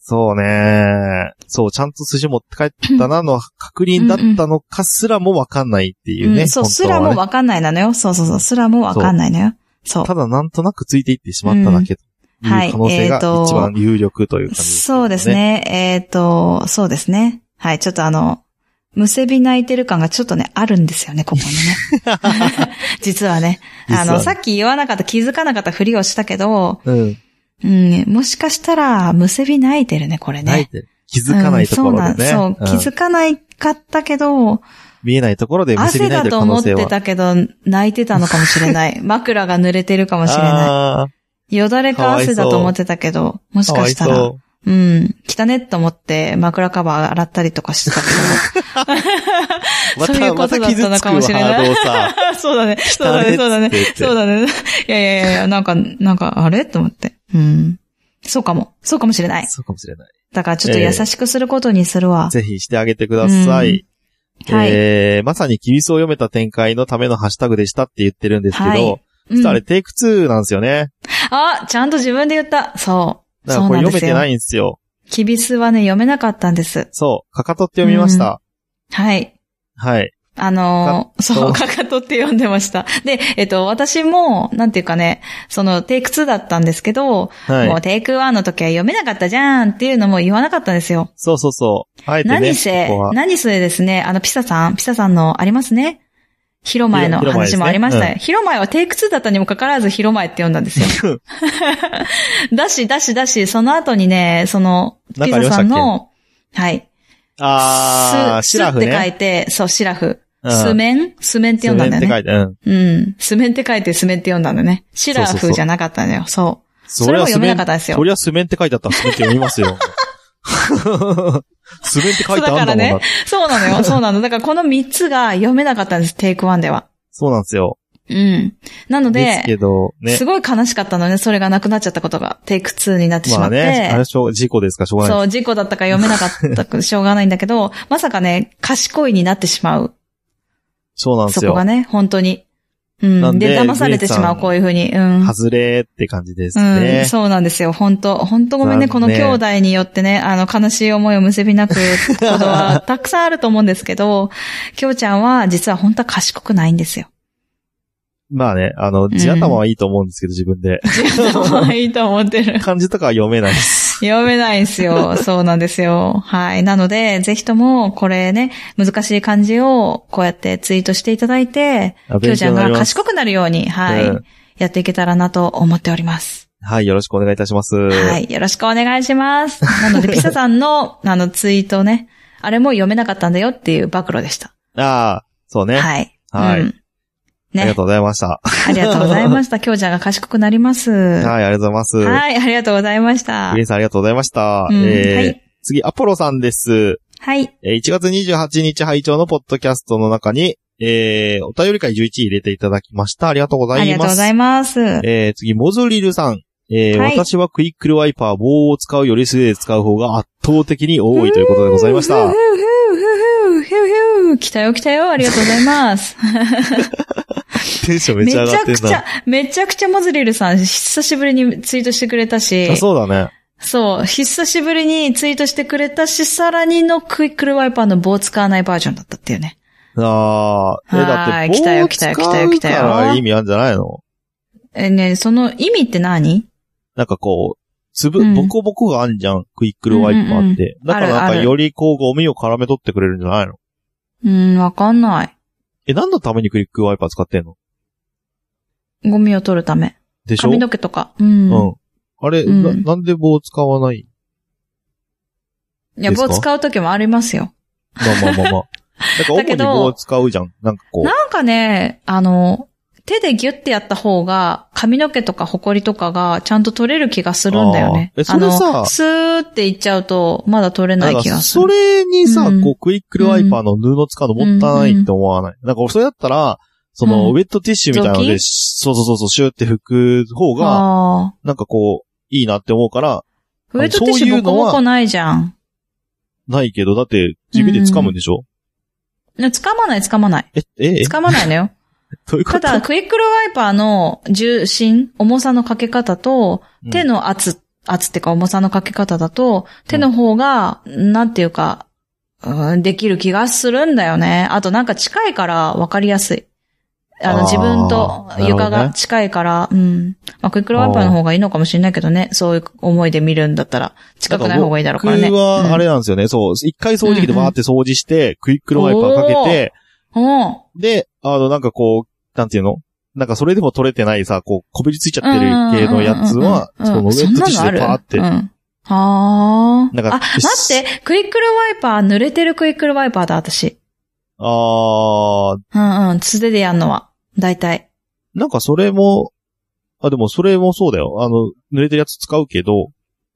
A: そうね。そう、ちゃんと寿司持って帰ったなの確認だったのかすらもわかんないっていうね。
B: うん、そう、
A: 本
B: す
A: 当は
B: ら
A: ね
B: もわかんないなのよ。そうそうそう、すらもわかんないのよ。そう。
A: ただなんとなくついていってしまっただけという可能性が一番有力という感じ、
B: そうです。ね。えっ、と、そうですね。はい、ちょっとあの、むせび泣いてる感がちょっとね、あるんですよね、ここに
A: (laughs)
B: ね。実はね。あ
A: 実は
B: の、
A: ね
B: さっき言わなかった、気づかなかったふりをしたけど、
A: うん。
B: うん、もしかしたら、むせび泣いてるね、これ
A: 泣い
B: ね。
A: て気づかないところでね。
B: うんそうなん、そう、気
A: うん
B: づかないかったけど、
A: 見えないところで結び
B: 汗
A: ない
B: だ
A: という
B: と
A: 可
B: 思
A: 能
B: っ
A: 性
B: て
A: は。
B: たけど、泣いてたのかもし
A: (laughs)
B: れない。枕が濡れてるかもしれな
A: あ
B: い。よだれか汗だと思ってたけど、
A: ー
B: もし
A: か
B: か
A: わい
B: した
A: そ
B: ら、
A: う。
B: うん、汚ねと思って枕カバー洗ったりとかしてたけ
A: ま
B: そうい
A: た、
B: うこ
A: ま
B: と
A: た
B: だっ
A: 傷
B: たの
A: つ
B: か
A: く
B: もしれない
A: ワードをさ、(laughs)
B: ど。そうだね、そうだ
A: 汚ねっつって
B: ね、そうだね
A: 言っ、て
B: そうだね。いやいやいや、なんか、なんか、あれと思って。うん。そうかも。そうかもしれない。
A: そうかもしれない。
B: だからちょっと優しくすることにするわ。
A: ぜひしてあげてください。
B: はい。
A: えー、まさにキビスを読めた展開のためのハッシュタグでしたって言ってるんですけど、
B: はい
A: 実はあ
B: う
A: れ
B: ん
A: テイク2なんですよね。
B: あ、ちゃんと自分で言った。そう。
A: だ
B: そ
A: からこれ
B: うな
A: 読
B: んで
A: め
B: す
A: てない
B: よ。
A: んですよ。
B: キビスはね、読めなかったんです。
A: そう、かかとって読みました。
B: はい。
A: はい。
B: あのーそう、かかとって呼んでました。で、えっと、私も、なんていうかね、その、テイク2だったんですけど、も
A: は
B: う
A: い。
B: テイク1の時は読めなかったじゃんっていうのも言わなかったんですよ。
A: そうそうそう。あえてね、
B: 何せ、
A: ここは。
B: 何せですね、あの、ピサさん、ピサさんのありますね。広前の
A: 広前です
B: 話
A: ね
B: もありました
A: う
B: よ。広前はテイク2だったにもかかわらず広前って呼んだんです
A: (laughs)
B: よ。だし、だし、だし、その後にね、その、
A: なん
B: ピ
A: かありまし
B: サ
A: た
B: さ
A: っけ
B: んの、はい。
A: あー、
B: す
A: シラフ
B: すって書
A: ね。
B: いて、そう、シラフ。
A: うん
B: すめんすめんって読んだんだよ
A: スメン
B: ね。
A: って書いて、うん。
B: うん。すめんって書いて、すめんって読んだんだよね。シラ
A: そうそうそう
B: フじゃなかったんだよ。そう。それも読めなかったですよ
A: そりゃスメンって書いてあったらスメンって読みます
B: (laughs)
A: よ。スメンって書いてあるんだもん
B: そうだから
A: な
B: ね。そうな
A: (laughs)
B: のよ。そうなの。だからこの3つが読めなかったんです、テイク1では。
A: そうなんですよ。
B: うん。なの
A: です
B: で、
A: けど、ね
B: す。ごい悲しかったのね、それがなくなっちゃったことが、テイク2になってし
A: ま
B: ま
A: あ
B: って。
A: ね、あれしょう、事故ですからしょうがない。
B: そう、事故だったか読めなかったくしょうがないんだけど、 (laughs) まさかね、賢いになってしまう。
A: そうなんです
B: そこ
A: よ
B: が。ね、本当に。う
A: なん
B: ん。
A: で
B: で、騙されてしま
A: グエンさ、
B: うんこういうふうに。うん。
A: 外れって感じです
B: うん、
A: ね。
B: そうなんですよ。本当本当ごめんね。こ
A: 残
B: の
A: 念
B: 兄弟によってね、あの、悲しい思いを結びなく、ことは、たくさんあると思うんですけど、 (laughs) きょうちゃんは、実は本当は賢くない
A: (laughs)
B: んですよ。
A: まあね、あの、地頭はいいと思うんですけど、自分で。
B: いいと思って
A: (laughs)
B: る。
A: 漢字とかは読めないです。
B: 読めないんですよ。そうなんですよ。はい。なので、ぜひとも、これね、難しい漢字を、こうやってツイートしていただいて、
A: あ
B: きょうちゃ
A: 勉強に
B: んが
A: なります
B: 賢くなるように、はい、
A: うん
B: やっていけたらなと思っております。
A: はい、よろしくお願いいたします。
B: はい。よろしくお願いします。なので、ピサさんの、 (laughs) あの、ツイートね。あれも読めなかったんだよっていう暴露でした。
A: ああ、そうね。
B: はい。
A: はい
B: うん
A: ありが
B: ね
A: と。うございました。
B: ありがとうござい
A: (laughs)
B: ました。きょうちゃんが賢くなります。は
A: はい、ありがとうございます。
B: い。ありがとうございました
A: グリー。ンさんありがとうございました。
B: うん
A: えー
B: はい
A: 次、アポロさんです。
B: はい。
A: えー1月28日拝聴のポッドキャストの中に、えーお便り会11入れていただきました。ありがとうござ
B: あり
A: い
B: がと
A: ま
B: うご
A: す
B: ざ。います。
A: えー次、モズリルさん。えー
B: はい
A: 私はクイックルワイパー棒を使うより素手で使う方が圧倒的に多いということでございまし
B: ふう
A: た。
B: ふうふうふうふうふう来たよ来たよ。ありがとうございます。
A: テンショ (laughs) ンめっ
B: めち
A: ちゃ上が
B: ゃ
A: って
B: く
A: る
B: ちゃ
A: な。、
B: めちゃくちゃモズリルさん、久しぶりにツイートしてくれたし。
A: あそうだね。
B: そう、久しぶりにツイートしてくれたし、さらにのクイックルワイパーの棒使わないバージョンだったっていうね。
A: ああ、え、だ
B: は
A: っ
B: ー
A: て
B: い
A: 棒を
B: 来
A: 使う
B: たよ来たよ来たよ来た
A: か
B: よ
A: ら意味あるんじゃないの
B: え、ね、その意味って何
A: なんかこう、粒、
B: うん
A: ボコボコがあんじゃん、クイックルワイパーって。
B: うんうん
A: だからなん
B: ある
A: か
B: ある
A: よりこうゴミを絡め取ってくれるんじゃないの
B: うん、わかんない。
A: え、何のためにクイックルワイパー使ってんの
B: ゴミを取るため。
A: でしょ
B: 髪の毛とか。うん。
A: うん。あれ、
B: うん
A: ななんで棒使わない
B: いや、
A: ですか
B: 棒使う時もありますよ。
A: まあまあ
B: (laughs)
A: まあまあ。なんか主
B: だ
A: に
B: けど
A: 棒使うじゃん。なんかこう。
B: なんかね、あの、手でギュッてやった方が、髪の毛とかホコリとかがちゃんと取れる気がするんだよね
A: あーえ。そ
B: あ
A: れさ
B: の、スーっていっちゃうと、まだ取れな
A: なん
B: い
A: か
B: 気がす
A: そ
B: る。
A: れにさ、
B: うん
A: こう、クイックルワイパーの布使うのもったいないって思わない。なんか、それだったら、その、
B: うん
A: ウェットティッシュみたいなので、
B: 雑巾
A: そうそうそうそう、シューって拭く方が、
B: あ
A: なんかこう、いいなって思うから、
B: あ。ウェットティッシ
A: そう
B: ュ
A: いう
B: ボ
A: の
B: コ
A: は
B: ボコないじゃん。
A: ないけど、だって、自分で掴むんでしょ、
B: ね、掴まない掴まない。
A: え、え、え、
B: 掴まないのよ。
A: どういうこ
B: た
A: と
B: だ、クイックルワイパーの重心、重さのかけ方と、手、
A: うん
B: の圧、圧ってか重さのかけ方だと、手の方が、なんていうか、うん、できる気がするんだよね。あとなんか近いから分かりやすい。あ
A: あー
B: の、自分と床
A: なるほど
B: が
A: ね
B: 近いから、うん。まあ、クイックルワイパーの方がいいのかもしれないけどね。そういう思いで見るんだったら、近くない方がいいだろうからね。
A: 僕は、あれ
B: うん、
A: なんですよね。そう、一回掃除機でバーって掃除して、クイックルワイパーかけて、
B: おー
A: で、あの、なんかこう、なんていうのなんかそれでも取れてないさ、こう、こびりついちゃってる系のやつは、
B: うんうんうんうんうん
A: そのウェットティッシュでパーって
B: そんなのあるうんあ
A: な
B: ー
A: んか
B: あ、待って、クイックルワイパー、濡れてるクイックルワイパーだ、私。
A: あー、
B: うんうん、素手でやんのは。大体。
A: なんかそれも、あ、でもそれもそうだよ。あの、濡れてるやつ使うけど、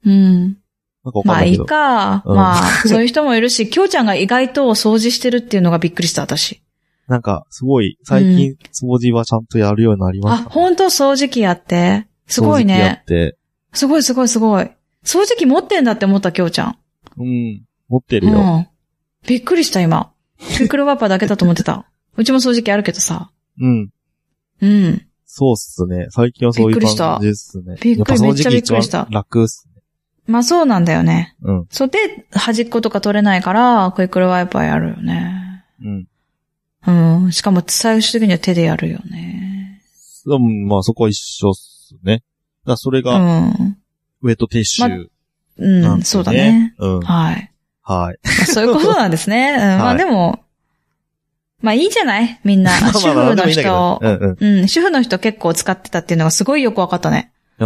B: うん。
A: なんかわかん
B: まあ
A: ない
B: い
A: け
B: い
A: ど。
B: か。
A: うん
B: まあ、そういう人もいるし、き (laughs) ょうちゃんが意外と掃除してるっていうのがびっくりした、私。
A: なんか、すごい、最近、掃除はちゃんとやるようになりま
B: あ
A: した、、
B: ほんと掃除機やって。すごい
A: 掃除機や
B: ね
A: っ。て。
B: すごいすごいすごい。掃除機持ってんだって思った、きょうちゃん。
A: うん。持ってる
B: う
A: よ。
B: ん。びっくりした、今。クイックルワイパーだけだと思ってた。うちも掃除機あるけどさ。
A: うん。
B: うん。
A: そうっすね。最近はそうい
B: びっ
A: う
B: くりした
A: 感じですね。
B: びっくり
A: やぱ掃除機
B: めっちゃびっくりした
A: 一番楽っすね。
B: まあそうなんだよね。
A: うん。
B: そうで、端っことか取れないから、クイックルワイパーやるよね。
A: うん。
B: うん。しかも最終的には手でやるよね。
A: でも、まあそこは一緒っすね。だからそれ
B: う
A: が、
B: ん。
A: ウェットティッシュなんです
B: う
A: よ
B: ん、そうだね。。
A: うん。
B: はい。
A: はい。
B: まあそういうことなんです
A: (laughs)
B: ね。うん、ま
A: はい
B: あでも、まあいいじゃないみんな
A: (laughs) まあ。
B: 主
A: まあで
B: 婦の
A: もいいんだけど
B: 人
A: う。んうん。
B: うん、主婦の人結構使ってたっていうのがすごいよくわかったね。
A: あ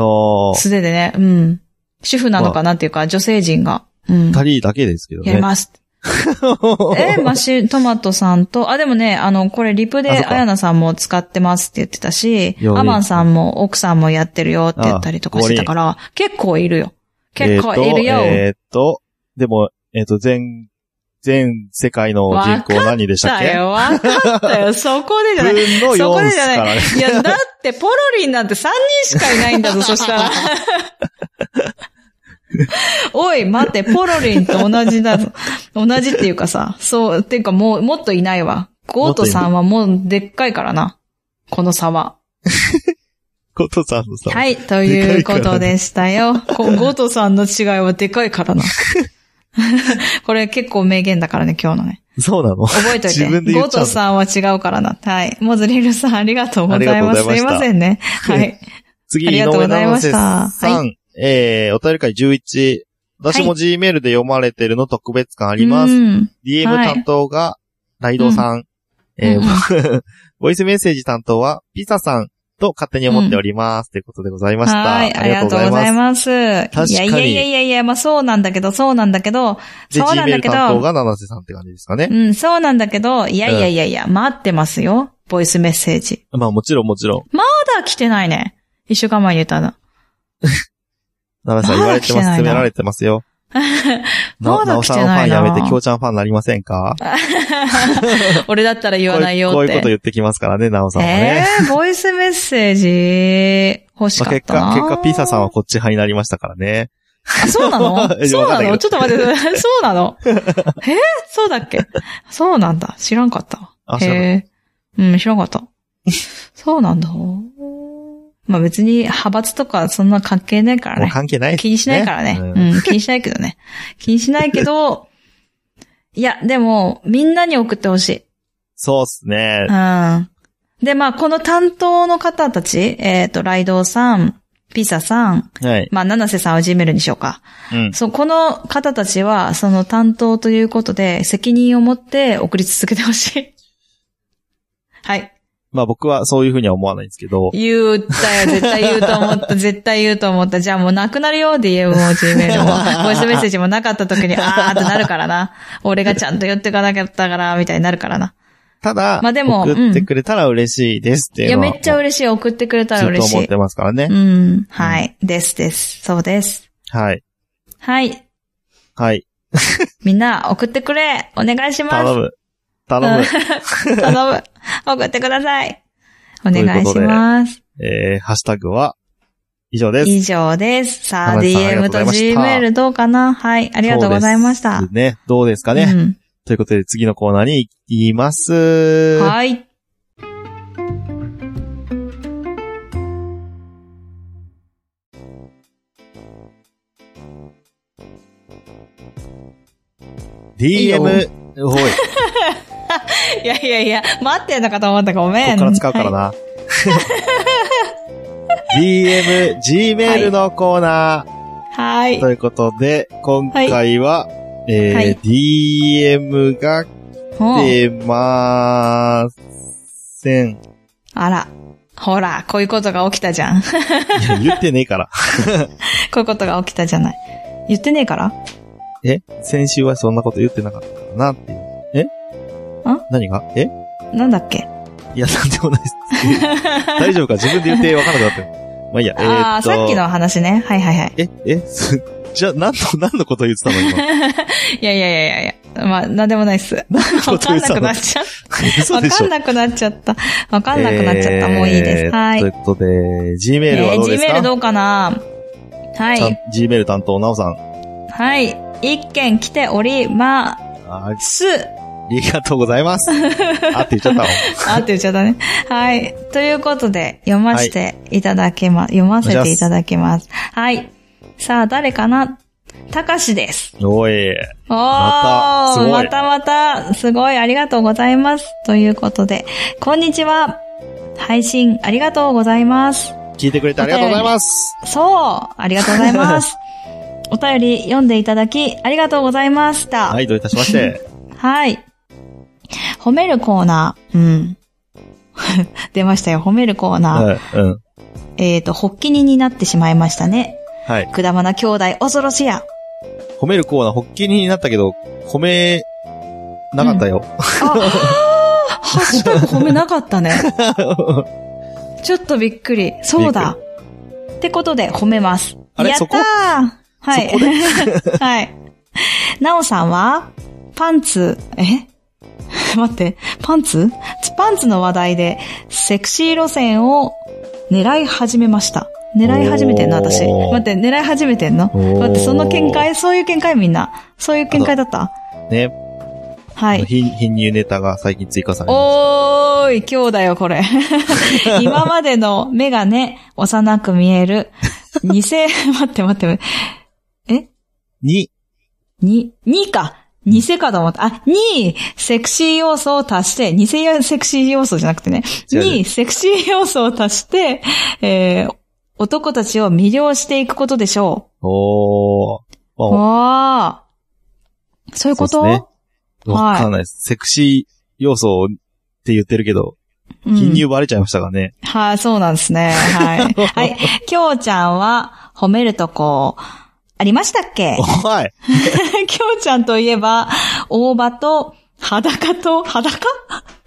A: あ、
B: 素手でね。うん。主婦なのかなんていうか、女性陣が。うん。
A: 二人だけですけど
B: やり
A: ね。
B: ます。
A: (laughs)
B: え、マシ、トマトさんと、あ、でもね、あの、これリプで、
A: あそっか
B: あやなさんも使ってますって言ってたし
A: よ、り
B: アマンさんも奥さんもやってるよって言ったりとかしてたから、結構いるよ。結構いる
A: えーっ
B: よ。
A: と、えーっと、でも、えーっと、全、全世界の人口何でしたっ
B: だ
A: け
B: よ、わかった
A: (laughs)
B: よ。そこでじゃない。
A: 分の
B: そこ
A: 4
B: で
A: っす
B: じ
A: か
B: ゃな
A: ら
B: い
A: ね。。
B: いや、だって、ポロリンなんて3人しかいないんだぞ、そしたら。おい、待って、ポロリンと同じだぞ。同じっていうかさ、そう、っていうかもう、もっといないわ。ゴートさんはもうでっかいからな。この差は。
A: ことさんのさ、
B: はい、ということでしたよ。こゴートさんの違いはでかいからな。これ結構名言だからね、今日のね。
A: そうなの
B: 覚えといて。
A: 自分で言
B: ゴ
A: っ
B: ー
A: ちゃう
B: ト
A: の
B: さんは違うからな。はい。モズリルさん、ありがとうございま
A: ありがと
B: す。
A: うございました
B: すいませんね。はい。
A: 次、
B: あり
A: 井
B: がとう
A: 上
B: ござい
A: 直
B: まし
A: 瀬
B: た
A: さん、えー、お便り会11。私も G メールで読まれてるの特別感あ
B: あ
A: ります。
B: うん。
A: DM
B: はい
A: 担当が、ライドさん。えーぼ (laughs) ボイスメッセージ担当は、ピザさんと勝手に思っております。ということでございました。
B: はい。ありがとうございます。いや
A: 確かに
B: いやいやいやいや、まあそうなんだけど、そうなんだけど、
A: で、
B: そう
A: G
B: なん
A: メー
B: だ
A: ル
B: けど
A: 担当が七瀬さんって感じですかね
B: う。ん、そうなんだけど、いやいやいやいや、待ってますよ。ボイスメッセージ。
A: まあもちろんもちろん。
B: まだ来てないね。一週間前に言ったな。
A: 七瀬さん言われて
B: ま
A: ま
B: だ来てな
A: す。
B: いな
A: 詰められてますよ。な
B: ま
A: な
B: だ
A: お
B: 来
A: さ
B: て
A: んのファ
B: な
A: ン
B: いな
A: やめて、きょうちゃんファンになりませんか
B: (laughs) 俺だったら言わないよって。
A: こういうこういうこと言ってきますからね、なおさんはね。
B: えー、ボイスメッセージ欲し
A: まあ
B: かっ
A: 結
B: たな。
A: 果、結果、ピザさんはこっち派になりましたからね。
B: あ、そ
A: (laughs)
B: うな
A: わかんな
B: の
A: い
B: そうな
A: けど
B: のちょっと待って、 (laughs) そうなのえーそうだっけそうなんだ。知らんかったわ。
A: あ、そうなの
B: へえ。うん、知らんかった。そうなんだ。まあ別に派閥とかそんな関係ないから
A: もう
B: ね。
A: 関係ないですね。
B: 気にしないからね。
A: うん
B: うん、気にしないけどね。気にしないけど、いや、でも、みんなに送ってほしい。
A: そうっすね。
B: うん。で、まあ、この担当の方たち、えっ、と、ライドウさん、ピザさん、
A: はい。
B: まあ、七瀬さんは G メールにしようか。
A: うん。
B: そう、この方たちは、その担当ということで、責任を持って送り続けてほしい。 (laughs) はい。
A: まあ僕はそういうふうには思わないんですけど。
B: 言ったよ。絶対言うと思った。絶対言うと思った。じゃあもうなくなるよ。DM も G メール (laughs) も。ボイスメッセージもなかった時に、あーってなるからな。俺がちゃんと言ってかなかったから、みたいになるからな。
A: ただ、
B: まあでも
A: 送ってくれたら嬉しいですって
B: い
A: いう
B: や、
A: のは。
B: めっちゃ嬉しい。送ってくれたら嬉
A: ずっ
B: し
A: と思っ
B: い。
A: てますからね。
B: うん。はい。ですです。そうです。
A: はい。
B: はい。
A: はい。
B: みんな、送ってくれお願いします
A: 頼む。頼む。
B: (laughs) 頼む。送ってください。お願いします。
A: (laughs) えー、ハッシュタグは、以上です。
B: 以上です。さあ、
A: 田中さんありが
B: DM
A: と
B: と
A: うございました
B: Gmail どうかなはい、あ
A: あ
B: りがとうございました。
A: ね。どうですかね。
B: うん
A: ということで、次のコーナーに行きます。
B: はい。 (laughs) いいよ
A: DM、おい、こ
B: いやいやいや、待ってんのかと思ったごめん。
A: こから使うからな。DM、Gmail のコーナー。
B: はい。
A: と
B: は
A: い
B: い。
A: うことで、今回は、えー
B: はい
A: DM が来
B: ほう
A: てまーせ
B: (laughs)
A: ん。い
B: あら。ほら、こういうことが起きたじゃん。 (laughs) こ
A: や、言ってねえから。
B: ういうことが起きたじゃない。言ってねえから
A: え先週はそんなこと言ってなかったからなっていう。え
B: ん
A: 何がえ
B: なんだっけ
A: いや、なんでもない
B: (laughs)
A: です。大丈夫か自分で言って分からなくなって。まあいいや、えー、
B: ああ、さっき。の話ね。はいはいはい。
A: ええすじゃあ、何の、何のこと言ってたの
B: (laughs)
A: 今。
B: いやいやいやいやいや。まあ、なんでもないっす。 (laughs) わかんなくなっちゃっ
A: 嘘
B: わ
A: でし
B: か
A: ょ
B: んなくなっちゃった。わかんなくなっちゃった。もういいです。はい。
A: ということで、Gmail は
B: え
A: ど
B: ー、
A: うです
B: Gmail
A: か、
B: どうかなは
A: ちゃん
B: い。
A: Gmail 担当、なおさん。
B: はい。一件来ておりま
A: あ
B: す。
A: ありがとうござい
B: (laughs)
A: ます。あって言っちゃったわ。
B: あって言っちゃったね。 (laughs) はい。ということで、読ませていただけま、読ませていただきます。はい。さあ、誰かなたかしです。
A: おい。ま
B: おー
A: たすごい
B: またまた、すごい、ありがとうございます。ということで、こんにちは。配信ありがとうございます。
A: 聞いてくれてありがとうございます。
B: そうありがとうござい
A: (laughs)
B: ます。お便り読んでいただき、ありがとうございました。
A: は
B: はい。
A: い、どういたしまして。
B: (laughs) 褒めるコーナー。うん。 (laughs) 出ましたよ、褒めるコーナー。
A: はい、うん。
B: えっ、と、発起人になってしまいましたね。
A: はい。 (laughs)
B: くだまな兄弟、恐ろしや。
A: 褒めるコーナー、発起人になったけど、褒めなかったよ。
B: あ、あーハッシュタグ褒めなかったね。
A: (laughs)
B: ちょっとびっくり。そうだ。ってことで褒めます。
A: あれ
B: やっ
A: そ
B: たー
A: こ
B: は
A: (laughs)
B: い。(laughs)
A: そこ
B: はい。なおさんは、パンツ、え (laughs) 待って、パンツパンツの話題で、セクシー路線を狙い始めました。狙い始めてんの
A: おー
B: 私。待って、狙い始めてんの
A: おー
B: 待って、その見解そういう見解みんな。そういう見解だった
A: ね。
B: はい。
A: 貧貧乳ネタが最近追加されまし
B: おーい、今日だよ、
A: (laughs)
B: これ。今までの目がね、幼く見える。偽、 (laughs) 待って待って。
A: た。に、
B: に、2か。偽かと思った。あ、2、セクシー要素を足して、偽やセクシー要素じゃなくてね。
A: 違う違う
B: 2、セクシー要素を足して、えー、男たちを魅了していくことでしょ
A: おー。
B: う。
A: まあ、
B: わー。そういうこと
A: そうです
B: お
A: わかんないです。セクシー要素って言ってるけど、
B: うん
A: 貧乳バレちゃいましたかね。
B: はい、そうなんですね。
A: (laughs)
B: はい。はい。きょうちゃんは褒めるとこ、ありましたっけ
A: (laughs) おい
B: (laughs) きょうちゃんといえば、大葉と、裸と、裸